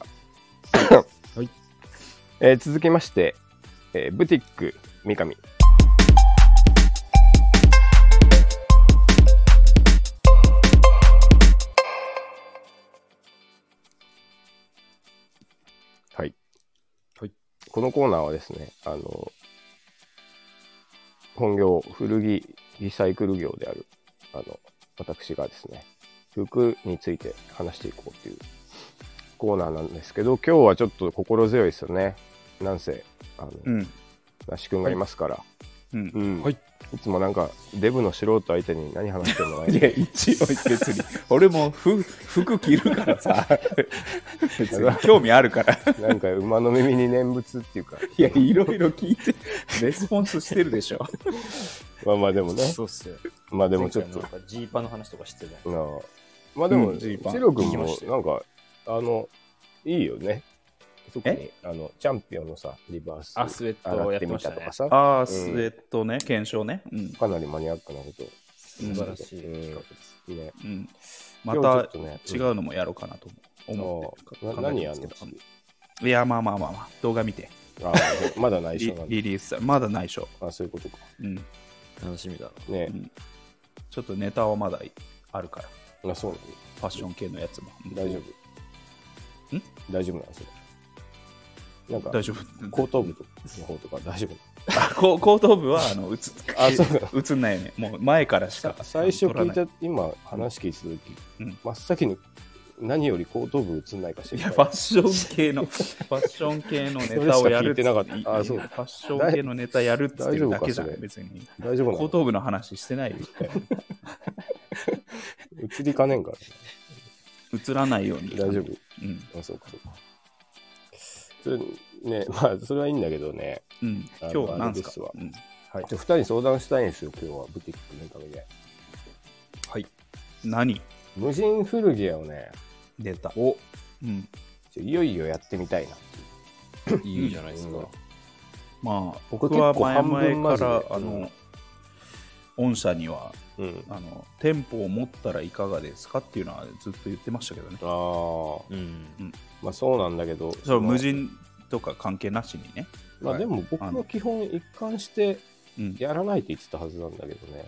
はい
えー続きまして、えーブティック三上。はい。
はい
このコーナーはですね、あの、本業、古着リサイクル業である、あの、私がですね、服について話していこうというコーナーなんですけど、今日はちょっと心強いですよね。なんせ、あの、
うん
なし君がいますから。
うん
うん。
はい
い。つもなんか、デブの素人相手に何話してもらえ
い
る
や、一応別に、俺もふ服着るからさ、別に興味あるから。
なんか、馬の耳に念仏って いうか。
いや、いろいろ聞いて、レスポンスしてるでしょ。
まあまあでもね。
そうっすよ。
まあで
で
もちょっと、
ジーパンの話とかしてたよ
なあまあでも、
うんジーパン
シロ君
聞きま
も
し、た
なんか、あの、いいよね。特に
え、
あの、チャンピオンのさ、リバース。
あ、スウェットを
洗
や
っ
ってて
み
ましたた
と
ね
か。さ、
ああ、スウェットね、検証ね。うん。
かなりマニアックなこと
素晴らしい企画です。
をね。
うん、ま
今日
た
ちょっとね
違うのもやろうかなと思ってる
ああな
考え
何
て
やる
ますけ
の
どいや、まあまあまあまあ、動画見て。
ああ、まだ内緒
リ
なんだ。
リリースさ、まだ内緒。
あそういうことか。
うん。
楽しみだな。
ね
うんちょっとネタはまだあるから、
あ、そう
ファッション系のやつも。うん
なんだ。大丈夫。
ん
大丈夫なんですよ。なんか、
大丈
後頭部の方とか大丈夫
夫。こ後頭部は、あの、うつ、
あそうな
うつんないよね。もう前からし
さ
か。
最初
撮ら
聞
ない
た、今話聞いたとき、
うん
真っ先に何より後頭部映んないかし
い
ら
や、ファッション 系の、ファッション系のネタをや
それしか聞い
るつ
てなかったあそう
ファッション系のネタやるっつってるだけじゃん
大丈夫かそれ、
別に。
大丈夫な
後
の
頭部の話してないよ。
映りかねんから、
映らないように。
大丈夫。
うん。
あ、そうか、そうか。それね、 まあ、それはいいんだけどね、
うん。
あの
今日は何す
あれ
か
ですわ
うん
はい、ちょ2人に相談したいんですよ、今日は、ブティックのおかげで。
何
無人古着屋をね、
出た。
お
うん。
ちょいよいよやってみたいな。
いいじゃないですか。
まあ、僕は
これ結構
前
半分
々から、
マ
あ
ジで
の、御社には、
うん。あ
あの、店舗を持ったらいかがですかっていうのはずっと言ってましたけどね。
あ、
うん。
まあそうなんだけど。
そう、
まあ
無。人とか関係なしにね。
まあ
はい
でも僕
あの
は基本一貫して
うん。
やらないって言ってたはずなんだけどね。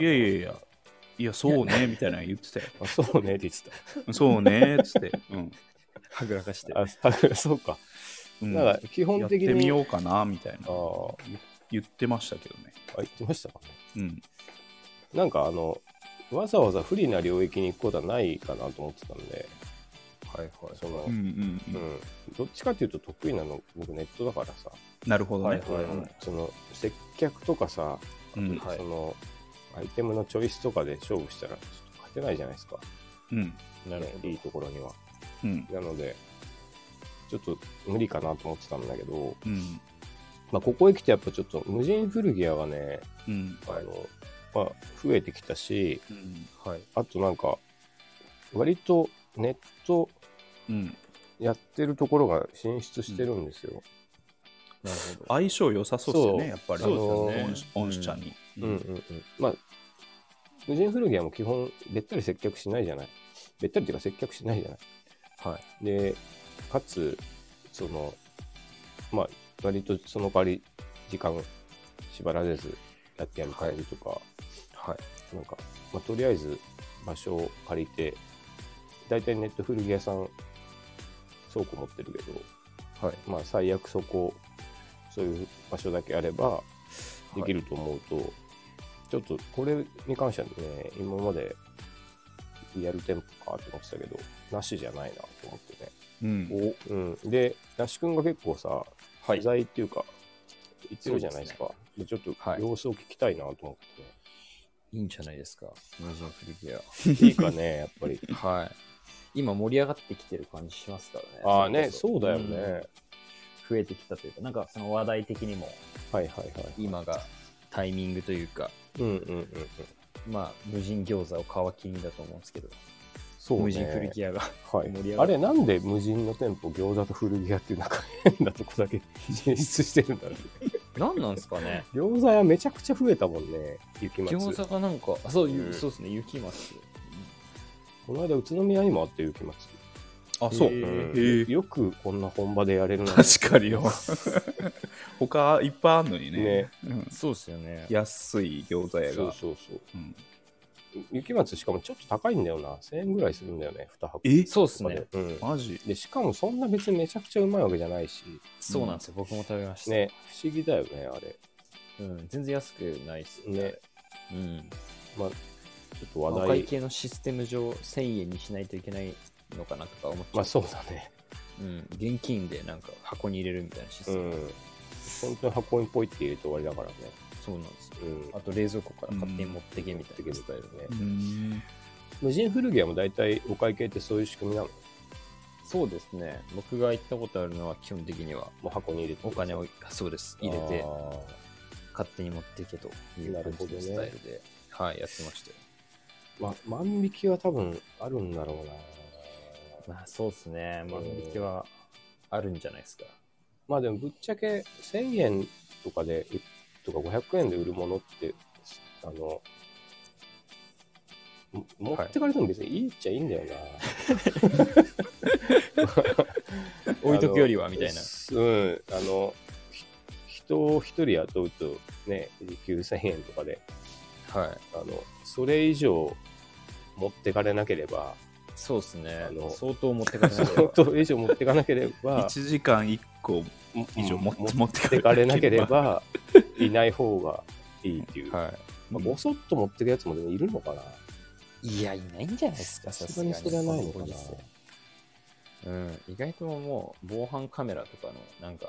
いやいやいや、いや、そうね、みたいなの言ってたよ。
あそうねって言って
そうね、つって。うん。
はぐらかして
た。。 あ、そうか。
うん
だから基本
やっ
的に。
てみようかな、みた
あ
いな。
ー
言ってましたけどね。
あ、言ってましたか。
うん。
なんかあの、わざわざ不利な領域に行くことはないかなと思ってたんで、
はいはい。
その、
うんうん
う
うん。
ん、どっちかっていうと得意なの僕ネットだからさ、
なるほどね。
はいはいはい
その接客とかさ、
うん。
はい
そのアイテムのチョイスとかで勝負したらちょっと勝てないじゃないですか、
うん。
なるほど。
いいところには。
うん。
なのでちょっと無理かなと思ってたんだけど、
うん。
まあ、ここへ来てやっぱちょっと無人古着屋がね、
うん。
あのまあ、増えてきたし
うん。
はい。
あとなんか割とネット
うん。
やってるところが進出してるんですよ。
なるほど。
相性良さそうですよね、
そう
やっぱり。
そうですよね
あの御社に。
うんうんうん、まあ無人古着屋も基本べったり接客しないじゃないべったりっていうか接客しないじゃない
はい。
でかつそのまあ割とその代わり時間縛られずやってやる感じとか、
はい。
なんか、まあ、とりあえず場所を借りて大体ネット古着屋さん倉庫持ってるけど
はい。
まあ最悪そこそういう場所だけあればできると思うと、ちょっとこれに関してはね今までリアル店舗かと思ってたけどなしじゃないなと思ってね
うん。
うん、で、那須君が結構さ、
は
取
い。
材っていうか、行ってるじゃないですか。でちょっ
はい
と様子を聞きたいなと思って、
いいんじゃないですか。無人古着屋。
い、いかね、やっぱり。
はい。今盛り上がってきてる感じしますからね。
ああね、
れ
そ
こ
うだよね。
うん増えてきたというか、なんかその話題的にも
はいはいはい。
今がタイミングというか、
うんうんうんうん。
まあ無人餃子を皮切りだと思うんですけど、
そうね。
無人古着 屋が。
はい
盛り上がる
あれ、なんで無人の店舗、餃子と古着屋っていうなんか変なとこだけ 進出してるんだろうね。
何なんです かね
餃子屋めちゃくちゃ増えたもんね、雪松。
餃子がなんか、あそう、
うん
そうですね、雪ます。
この間、宇都宮にもあって雪松。
あ、そう。
へ
へ
ー
え。
よくこんな本場でやれるな。
確かによ。 他いっぱいあるのにね
ね。
うん
そうですよね。
安い餃子屋
そう
が。
そうそう。
うん
雪松しかもちょっと高いんだよな1000円ぐらいするんだよね2箱
え
そうっす
とかで
ね。
うん
マジ
でしかもそんな別にめちゃくちゃうまいわけじゃないし
そうなんですよ、僕も食べました。
ね不思議だよねあれ
うん、全然安くないですね。
ね
うん。
まあちょっと
まあお
話
会
題
計のシステム上、1000円にしないといけないのかなとか思っちゃう。
まあそうだね
うん、現金でなんか箱に入れるみたいなシス
う
テム。
ん本当に箱にポイって入れて終わりだからね
そうなんですよ。
うん
あと冷蔵庫から勝手に持ってけみたいなスタイルね。
うーん
無人古着屋も大体お会計ってそういう仕組みなの
そうですね。僕が行ったことあるのは基本的には
もう箱に入れて
お金をそうです入れて
あ
勝手に持っていけという感じのスタイルで、はい、やってましたよ。
ーまあ万引きは多分あるんだろうな
まあそうですね。万引きはあるんじゃないですか。
まあでもぶっちゃけ1000円とかで売とか500円で売るものってあのも持ってかれても別にいいっちゃいいんだよな、
置いとくよりはみたいな。
すうんあのひ人を一人雇うとね時給1000円とかで
は
あ
い。
のそれ以上持ってかれなければ
そうですね
あ。の
相当持ってかない
相当以上持ってかなければ
1時間1個以上持っ
持
持って
ってかれなけれ。ばいない方がいいっていう
は
まあ、ごそっと持ってくやつもでもいるのかな。
い。いや、いないんじゃないですか、
さすがにそれはないのかな。
うん、意外ともう防犯カメラとかのなんか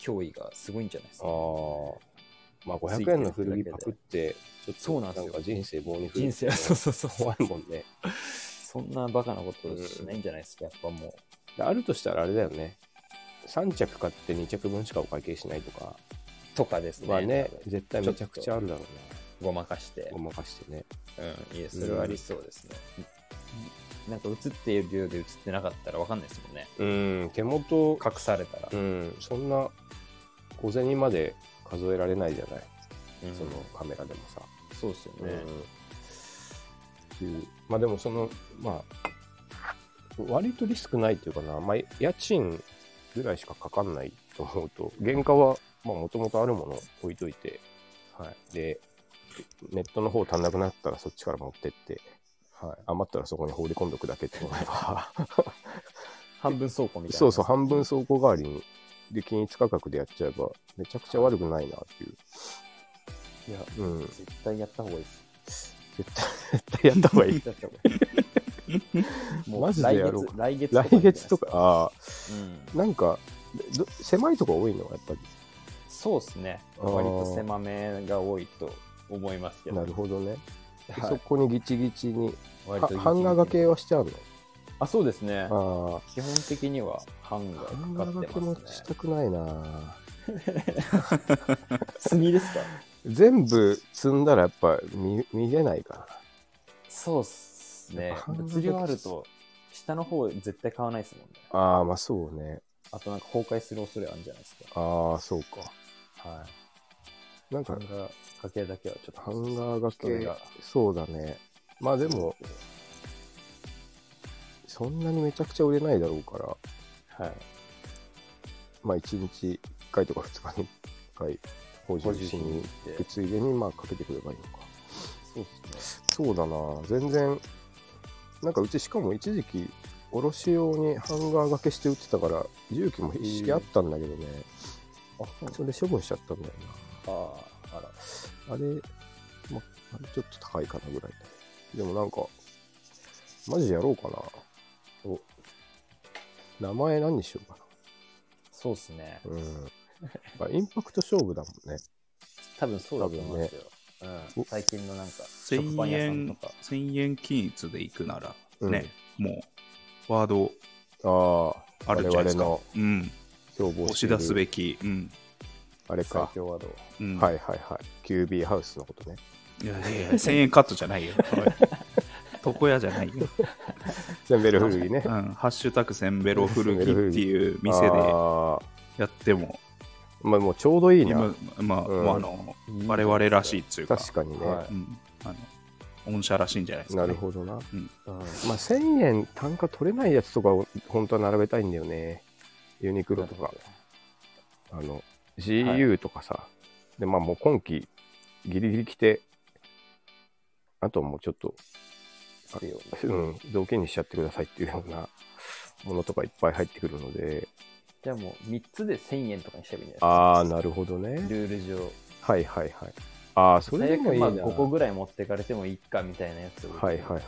脅威がすごいんじゃないです
あ
か。
ーまあ、500円の古着パクって、ちょっ
そう
とな
な
ん
です
ん
よ
か人生棒に振る
人生はそうそうそう
怖いもんね。
そんなバカなことしないんじゃないですか、やっぱもう。
であるとしたらあれだよね。3着買って2着分しかお会計しないとか
とかですね。
はね
多、分
絶対めちゃくちゃあるだろう
ごまかして
ご、まかしてね。
うん、いや、それはありそうですね。なんか映っているようで映ってなかったらわかんないですもんね。
うん、手元、
隠されたら。
うん、そんな小銭まで数えられないじゃない、
うん
そのカメラでもさ。
そうですよね。
うんまあでもそのまあ割とリスクないというかな、まあ、家賃ぐらいしかかかんないと思うと原価はもともとあるものを置いといて、はい、でネットの方足んなくなったらそっちから持ってって、はい、余ったらそこに放り込んどくだけって思えば
半分倉庫みたいな。
そうそう半分倉庫代わりにで均一価格でやっちゃえばめちゃくちゃ悪くないなっていう
いや、
うん
絶対やった方がいいです。
絶対絶対やった方がいい
やった方がいい。も
マ
う
ジ
来
でやろう
月、来月とか
来月とか
じゃ
ああ
ないですか。うん。
なんか、ど狭いとこ多いのはやっぱり。
そうですね。
あー
割と狭めが多いと思いますけど。
なるほどね。
はい
そこにギチギチに。は
割と
ハンガー掛けはしてある
あ、そうですね。
のあ
基本的にはハンガ
あ。ハ
ー
ン
が
ガ
か
ー
かって
掛けも
ま
し
す
た
ね。
くないな
炭ですか
全部積んだらやっぱ見見れないか
そうっすね
ハン。ガー
物量あると、下の方絶対買わないですもんね。
ら。ああ、まあそうね。
あとなんか崩壊する恐れあるんじゃないですか。
ああ、そうか。
はい。
なん
ハ
か
ン、ガー掛けだけはちょっと。
ハンガー掛
人
け
が、
そうだね。まあでも、そんなにめちゃくちゃ売れないだろうから、
はい。
まあ1日1回とか2日に1回、法人
補充
し
し
に
に行っ
で
て。
ついでにまあかけてくればいいのか
そうですね。
そうだな全然なんかうちしかも一時期卸用にハンガー掛けして売ってたから重機も一式あったんだけどね、
あ、そう
それで処分しちゃったんだよ
ああ、あら。
なあれ,、まあれちょっと高いかなぐらいだねでもなんかマジでやろうかなお名前何にしようか
そうですね。
な うんまあインパクト勝負だもんね
多分そうだと思いますよ。うん、
お
最近のなんか、食パ
1000
ン
円
屋さんとか。、
千円均一で行くなら、
うん
ね、もう、ワード
ああ
あるじゃないですか。
我々の
うん。
標榜
押
して
し
い
出す
る
べき。うん。
あれ
最
か
強ワードは。
うん、
はいはいはい。キュービーハウスのことね。
いやいやいや、1000円カットじゃないよ。おい床屋じゃないよ。
センベル古着ね
う。ん。ハッシュタグセンベロ古着っていう店で
あー
やっても、
まあもうちょうどいいな
今。、まあ、
うん
まああの、我々らしいっていうか、
確かにね。
は
うん。あの、御社らしいんじゃないですか、
な
ね。
るほどな。
うん
まあ1000円単価取れないやつとかを本当は並べたいんだよね。ユニクロとか、あの、GU とかさ。で、まあもう今季ギリギリ来て、あとはもうちょっと、
捨てよう
うん、条件にしちゃってくださいっていうようなものとかいっぱい入ってくるので、
じゃあもう3つで1000円とかにしてもいいんじゃない
ああ、なるほど
ですか
ね。
ルール上。
はいはいはい。ああ、それでもいい
最
な。
悪まあ5個ぐらい持ってかれてもいいかみたいなやつを
はいはいはい。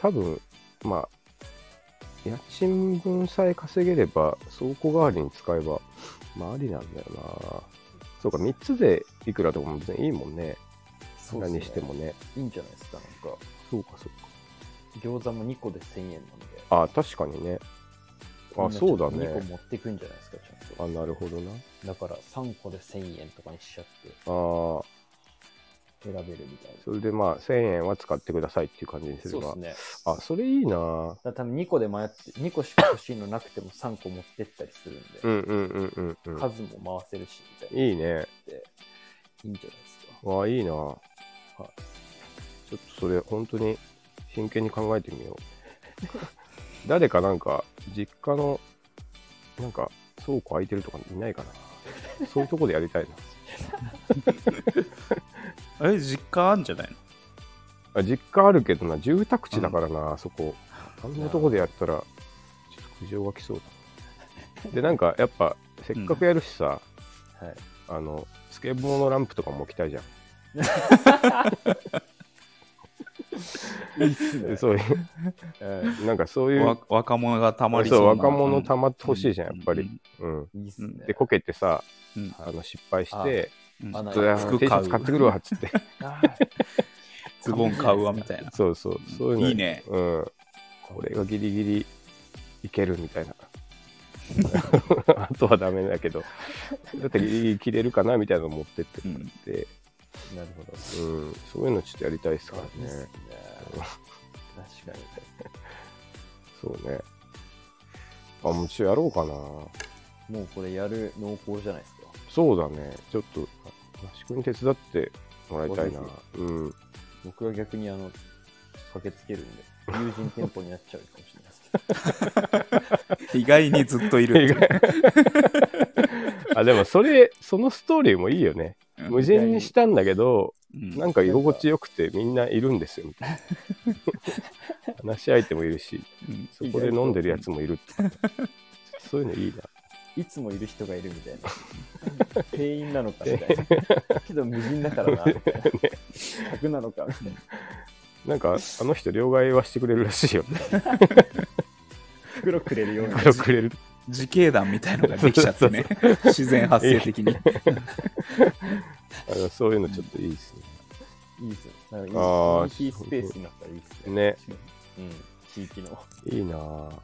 多分、まあ、家賃分さえ稼げれば、倉庫代わりに使えば、まあ、ありなんだよな。そうか、3つでいくらとかも全然いいもんね。
そうっすね
何してもね。
いいんじゃないですか、なんか。
そうか、そうか。
餃子も2個で1000円なんで。
ああ、確かにね。あそうだ
2個
ね。
持ってくんじゃないですか、ちゃんと。
あなるほどな。
だから3個で1000円とかにしちゃって
ああ、
選べるみたいな。
それでまあ、1000円は使ってくださいっていう感じにすれ
そうで
ば
す。ね。
あ、それいいな。
だから多分2個で迷って、2個しか欲しいのなくても3個持ってったりするんで、
うんうんうんうんうん。
数も回せるし、みたいな。
いいね。
いいんじゃないですか。
わあいいな、
い
ちょっとそれ本当に真剣に考えてみよう 誰かなんか実家のなんか倉庫空いてるとかいないかなそういうとこでやりたいな
え、実家あんじゃないの
あ実家あるけどな住宅地だからな、そこあんなとこでやったらちょっと苦情が来そう だなでなんかやっぱせっかくやるしさ、
はい。
あのスケボーのランプとかも置きたいじゃん
いいっすね。
そう いう
うん
なんかそういう
わ若者がたまり
そう
な
若者たまってほしいじゃんやっぱり。うん
いいっすね。
でこけてさ
うん
あの失敗して
うん
「
あの
ちょっとあの
服
T シ
買
ャ
う
ツ買ってくるわ」っつって
あ ー
ズボン買うわみたいな。
そうそうそういうの
いいね
うんこれがギリギリいけるみたいなあとはダメだけどだってギリギリ着れるかなみたいなの持ってってくれて
なるほど。
うん、そういうのちょっとやりたいですか
そう
らね
です。ね。確かに。
そうね。あ、もうちょっとやろうかな。
もうこれやる濃厚じゃないですか。
そうだね。ちょっと、合宿に手伝ってもらいたいな
ぜ。
うん。
僕は逆にあの、駆けつけるんで、友人店舗になっちゃうかもしれないです けど。
意外にずっといるっていう。
あ、でもそれ、そのストーリーもいいよね。
うん
無人にしたんだけど、
うん
なんか居心地よくてみんないるんですよ、み たいな。話し相手もいるし、
うん
そこで飲んでるやつもいるって。そういうのいいな。
いつもいる人がいるみたい な。店員なのかみたいな。けど無人だからな、みたいな。客なのかみたいな。
なんか、あの人、両替はしてくれるらしいよ。
袋くれるような。
これくれる。
自警団みたいのができちゃってね。自然発生的に。
あのそういうのちょっといいですね。
いいですよ。なんかいい
あ
コ
ー
ミュニティスペースになったらいいですね。
ね。
うん。地域の。
いいなぁ。い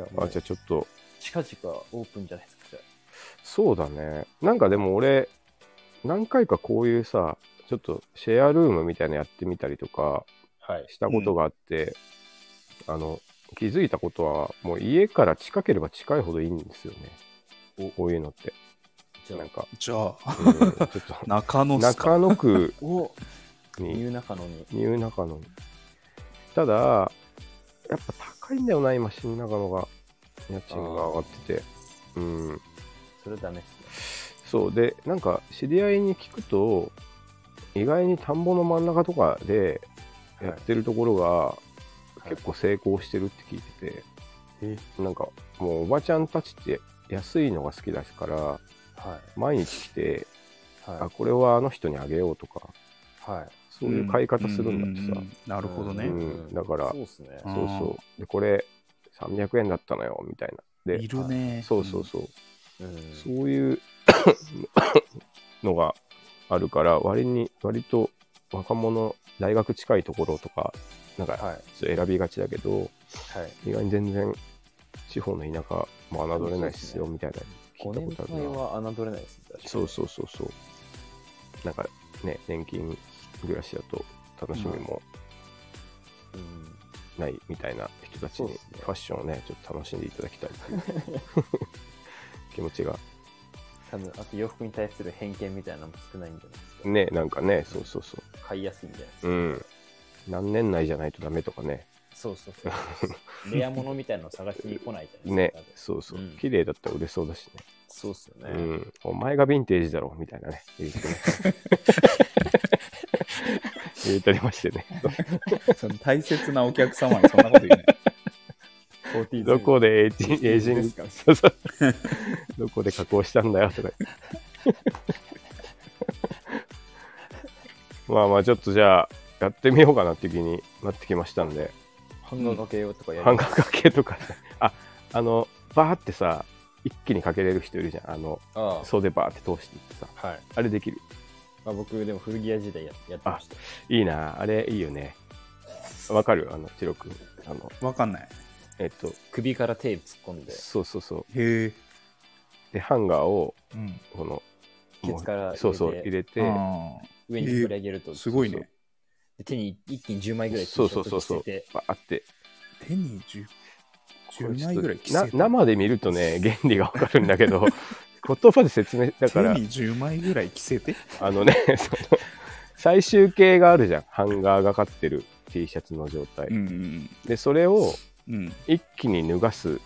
や、あ、じゃあちょっと、
近々オープンじゃないですか、じゃ
そうだね。なんかでも俺、何回かこういうさ、ちょっとシェアルームみたいなのやってみたりとか
あ。はい。
したことがあって、あの、気づいたことは、もう家から近ければ近いほどいいんですよね。こういうのって。
じゃ
なん か、
じゃあ、
うんちょっと、
中野っすか。
中野区
あ、おニ
に、
ューナカノに。
ニュー中野に。ただ、やっぱ高いんだよな、今、新中野が。家賃が上がってて。うん。
それはダメっすね。
そうでなんか知り合いに聞くと意外に田んぼの真ん中とかでやってるところが
い
結構成功してるって聞いてて、
え
なんかもうおばちゃんたちって安いのが好きだから
は
毎日来て、
い。
あ
は
これはあの人にあげようとか
い。はい。
そういう買い方するんだってさ、
うううんなるほどね。
うんだから
そうっすね。
うん
そうそうでこれ300円だったのよみたいなで
いるね。
そうそうそう、
うん
そういうのがあるから、割に、割と若者、大学近いところとか、なんか
はい。
ちょっと選びがちだけど、
はい。
意外に全然地方の田舎も侮れないっすよ
そ
み
うですね
たいな聞
5
い
年
たことあ
前
るな。
は侮れないですね。確かに
そうそうそうそう。なんかね、年金暮らしだと楽しみも
うん
ないみたいな人たち
そう
に
ですね
ファッションをね、ちょっと楽しんでいただき たいっていう気持ちが
多分、あと洋服に対する偏見みたいなのも少ないんじゃないですか。
ね、なんかね、そうそうそう。
買いやすいんじゃないですか。
うん。何年内じゃないとダメとかね。
そうそう そう。レア物みたいなの探しに来ないじゃない
ね
ですか。多分。
そうそう
うん。
綺麗だったら売れそうだしね。
そうっすよ
う
ね。
ん。お前がヴィンテージだろ、みたいなね。言うてね言うてりましてね。
その大切なお客様にそんなこと言うね。
40
どこでエイジンエイジング、そうそうどこで加工したんだよ、とか 言って。まあまあ、ちょっとじゃあ、やってみようかなっていう気になってきましたんで、
半額かけようとかや
半
る。
額かけとか、あ、あの、バーってさ、一気にかけれる人いるじゃん。あの、
あ
袖バーって通していってさ、
あ。はい。
あれできる。
まあ、僕、でも古着屋時代ややってました。
いいな、あれいいよね。わかるあの、チロ君。あの、
わかんない。
えっと、
首からテープ突っ込んで、
そうそうそう。
へえ。
で、ハンガーを、
うん。
この、
ケツから入れて
そうそう、入れて、
あ
上に振り上げると、
ーすごいね。
で手に一気に10枚ぐらい
そうそうそうそう
つけて、
バーって。
手に10、10
これ
枚
ちょっと
ぐらい着
な
せて
生で見るとね、原理がわかるんだけど、言葉で説明、だ
手
から、
に10枚ぐらい着せて。
あのね、 その、最終形があるじゃん。ハンガーがかってる T シャツの状態。
うんうん
で、それを
うん。
一気に脱がす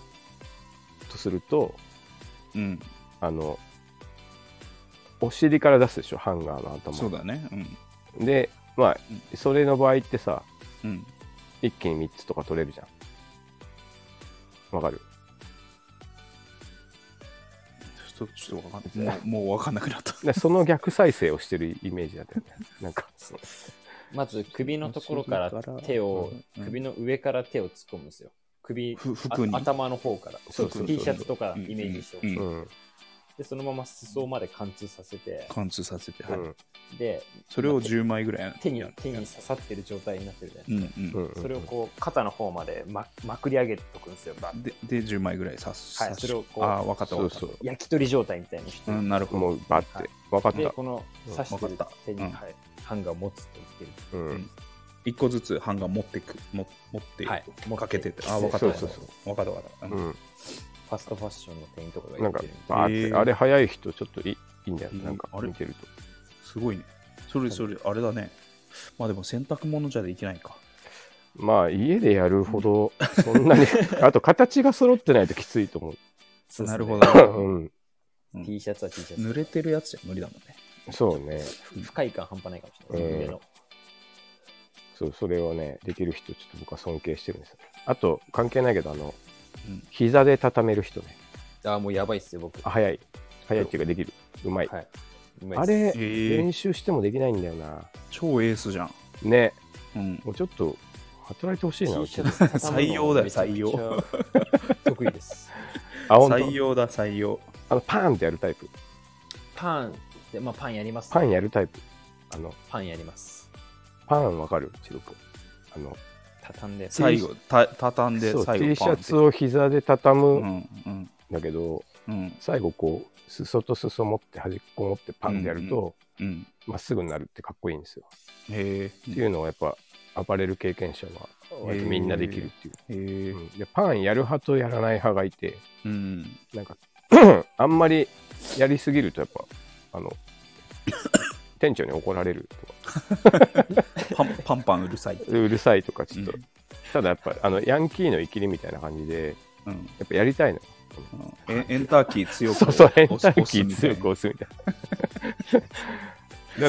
とすると、
うん。
あの、お尻から出すでしょ、ハンガーの頭。
そうだね。うん。
で、まあ、それの場合ってさ、
うん。
一気に3つとか取れるじゃん。わかる
ちょっと、ちょっとわかんない。もう、もうわかんなくなった。
でその逆再生をしてるイメージだったよね。 なんか、
まず首のところから手を、
うん
首の上から手を突っ込むんですよ。首、
ふ
あ
服に
頭の方から。
そうそうそう
T シャツとか
うん
イメージして
う
ほし
ん
い。
うん。
でそのまま裾まで貫通させて
貫通させて、はい
うん
で
それを10枚ぐらい
手に手に刺さってる状態になってるじゃない
うん
ですか、
う
うんんうん
それをこう肩の方までままくり上げておくんですよバッて
でで10枚ぐらい刺す、
はい
刺し
それをこう
ああ分かっ
そ
た分
う
かった
そう
焼き鳥状態みたいにして、
うん、なるほど
もうバッ
はい
て分かっ
で
た
この刺してる手に、
うん
はい、ハンガーを持つと言ってる
うん
ん一個ずつハンガー持ってくも持って、
はい
かけてて
持
あ
って
分かった
そうそう
分かった
そう
分かった分かった、うん
うん
ファストファッションの店員とか
な
が言
ん
っ
か
てるんで
バーっ
え
て
ー
あれ早い人ちょっといいいんじゃない
うん
なんか
あれ
見てると
すごいねそれそれあれだねまあでも洗濯物じゃできないか
まあ家でやるほどそんな にあと形が揃ってないときついと思
そう
な
ですね
るほ
う
ど
うん
うん
T シャツは T シャツ
濡れてるやつじゃ無理だもんね
そうね
不快感半端ないかもしれない、
うん
上の
そうそれをねできる人ちょっと僕は尊敬してるんですよあと関係ないけどあの
うん
膝で畳める人ね
ああもうやばいっすよ僕
あ早い早いっていうかできるうまい、
はいいまいっす
あれ、
ええ
練習してもできないんだよな
超エースじゃん、
ね
うん、
もうちょっと働いてほしいな
T
うち
シャツ畳
採
むの
用だよ
めちゃくちゃ得意です
あ本
採
当
用だ採用
あのパーンってやるタイプ
パンでまあパンやります
パンやるタイプあの
パンやります
パンわかるチロ君あの
畳んで
最後た畳んで
そう
最
T
後
シ
パンっ
ャ
て
ツを膝で畳む
うん
ん
うん
だけど、
うん
最後こう裾と裾持って端っこ持ってパンってやる
うん
と
うん
ま、っすぐになるってかっこいいんですよ、
へえ
っていうのはやっぱアパレル経験者は割とみんなできるっていう、
へえ
うんでパンやる派とやらない派がいて
うん
なんか あんまりやりすぎるとやっぱあ の店長に怒られるとか
パン パンパンうるさい、
うるさいとかちょっと、
うん
ただやっぱあのヤンキーの生きりみたいな感じで
うん
やっぱやりたいのよ
うんエンエンターキー強く
そうそう
押
変
す
態
押す
気
みたい
強
な
く押すみたいな。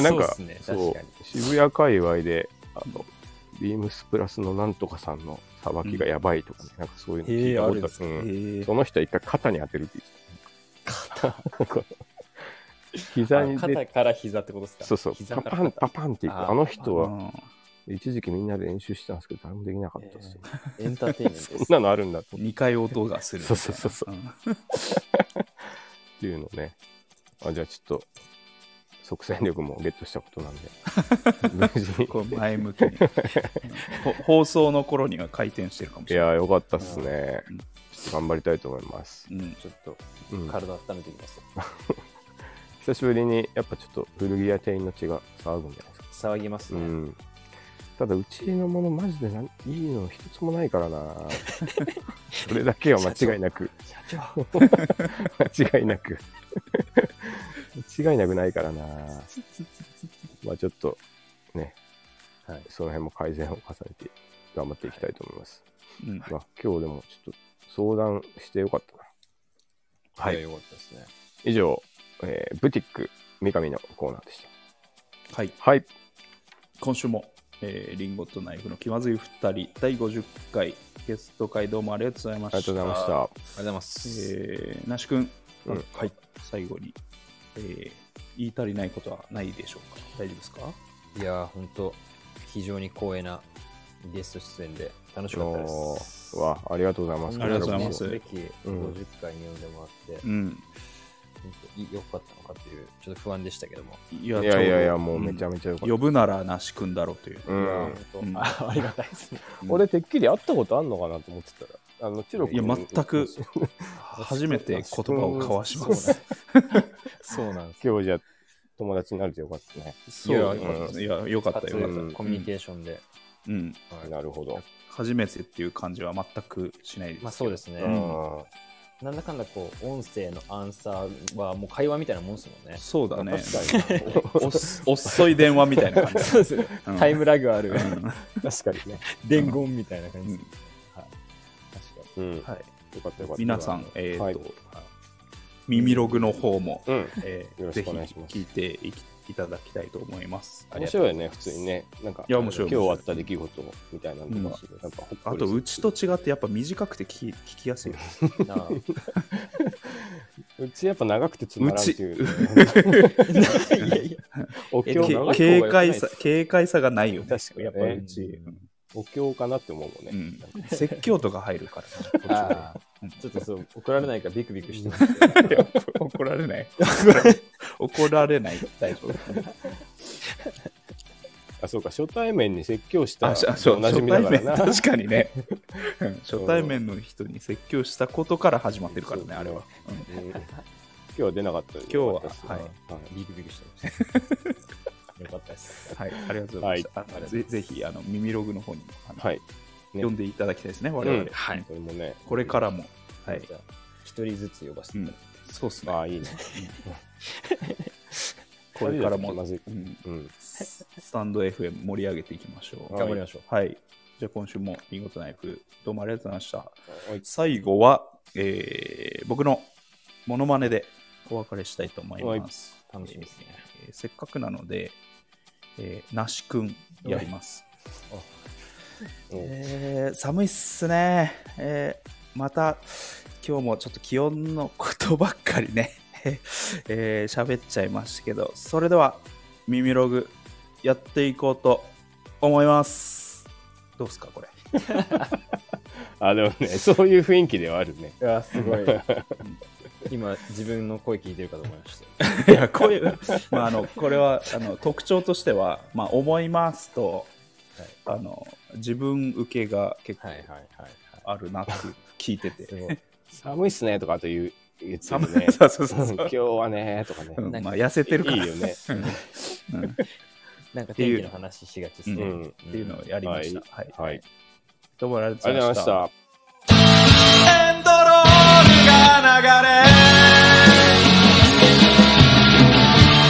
でなんか
そうっすね
そう
確かに
渋谷界隈であのビームスプラスのなんとかさんのさばきがやばいとかね、なんかそういうの聞いたこと
へーあるんです
あるうん
へえ
その人は一回肩に当てるって言ってた。 膝に
肩
で
から膝ってことですか
そうそう
膝
パ
から
パンパパンって言って
あー
あの人は
うん
一時期みんなで練習してたんですけど誰もできなかったですよ、
エンターテインメントです
そんなのあるんだと思
2回音がするみたいな
そうそうそうそ
ん
っていうのねあじゃあちょっと即戦力もゲットしたことなんで無事 に
こう前向きにほ放送の頃には回転してるかもし
い
れない、
やーよかったっすね
うん。
ちょっと頑張りたいと思います。
うん、
ちょっと
うん
体温めていきますよ
久しぶりにやっぱちょっと古着屋店員の血が騒ぐんじゃないですか。
騒ぎます
う
ね、
ん、ただうちのものマジでなんいいの一つもないからな。それだけは間違いなく。
社長
間違いなく。間違いなくないからな。まあちょっとね、
はい
その辺も改善を重ねて頑張っていきたいと思います。
うん
まあ今日でもちょっと相談してよかったな。はい
やよかったですね
以上、えーブティック三上のコーナーでした。
はい
はい、
今週も、えーリンゴとナイフの気まずい2人第50回ゲスト会どうもありがとうございま
ありが
し
と
た
うございました。
ありがとうございます、
えー、那須君、
うん
はい、最後に、えー言い足りないことはないでしょうか大丈夫ですか
いやー本当非常に光栄なゲスト出演で楽しかったです
おーわありがとうございます。
ありがとうございま
記
す
念べき
うん
50回に呼んでもらって、
うん
本当に良かったのかっていうちょっと不安でしたけども、
い
い
や
やいやい
ちょ
や、
ど
もうめちゃめちゃよかっ
呼ぶなら那須君だろうという、
た。う
いや
ん
ー。本当
うん
あありがたいですね
俺、てっきり会ったことあんのかなと思ってたら、あの、チロ
いや全く初めて言葉を交わします、
そうなんですよ
今日じゃ友達になれてよかったね。
そう
いや
よかったいやよかったよか
う
っ
ん
コミュニケーションで、
た、うん、
はい
なるほど。
初めてっていう感じは全くしないですけど
まあそうですね、
ん
うん
なんだかんだこう音声のアンサーはもう会話みたいなもんですもんね
そうだね
確かに。
おっ 遅い電話みたいな 感じ
そうですね、
うん
タイムラグある
確かにね。
伝言みたいな感じですね、はい確か
うん。よ
はい
かったよかった。
皆さん、えーと
はい
耳ログの方も、
うん。
えー
よろ
ぜ
しく
ひ
お願いします
聞いていきいただきたいと思います。
面白いよね、普通にね。なんか、
いや面白い
今日あった出来事みたいなのが、なんかほっこりする
あと、うちと違って、やっぱ短くて聞き聞きやすいよね。
になあ
うちやっぱ長くてつまらんっていう、
いやいや、
お
え
経長い方が
け
良く
警
ない
戒
です
さ、警戒さがないよね。
確かにね
やっぱうち。
お経かなって思うもん
う
ね。
ん、説教とか入るからさ、こっちは
ああ、ちょっとそう、怒られないからビクビクしてますけど。
いや 怒られない。怒られない。大丈夫。
あ、そうか、初対面に説教した
あ、しあそう
おなじ
初
みだ
対
から
面、
な。
確かに ね。うん初対面の人に説教したことから始まってるからね、あれは。うん
うん今日は出なかった今
日ははい
ビクビクしてます。 よかったです。
はい、ありがとうございました。あぜぜひ、あの、耳ログの方にも、あの
はい。
読んでいただきたいですね、我々。
うん
はい。
それもね。
これからも。はい。
じゃあ一人ずつ呼ばせ
う
て。
ん、そうっすね。
ああ、いいね。
これからも、
まずい
うん、
うん。
ススタンド FM 盛り上げていきましょう。
はい
頑張りましょう。
はい。じゃあ今週も見事ナイフ、どうもありがとうございました。
はい
最後は、えー僕のモノマネでお別れしたいと思います。
楽しみですね。
えーせっかくなので、えー、なしくんやります。
うん
えー寒いっすね。えーまた、今日もちょっと気温のことばっかりね、 えー喋っちゃいましたけど、それでは、耳ログやっていこうと思います。どうっすか、これ。
あ、でもね、 そういう雰囲気ではあるね。
いや、す ごい。今、自分の声聞いてるかと思いました。
いや、 こういう、まあ、あの、これは、あの、特徴としては、まあ、思いますと、あの、自分受けが結構
はいはいはいはい。
あるなっていう聞いて て。
すごい。
寒いっすねとかという言って
寒
る
い、
ね。
そうそうそう
うん
そ
今
う。
日はねとかね
う。んまあ、痩せてるから
いいよね。
うん っ
なんか天気の話しがちですね。
うん
って
ていうのをやりました。はい。
はい。
どうもありが
あ
とう
り
ご
が
ざ
と
いう
ござ
ま
いま
し。
したた。
エンドロールが流れ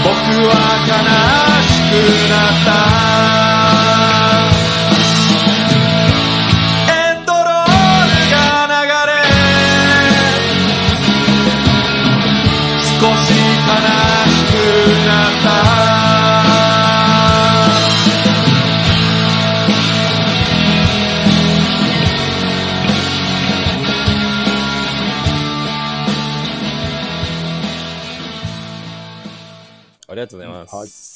僕は悲しくなったエンドロールが流れ少し悲しくなった
ありがとうございます。
はい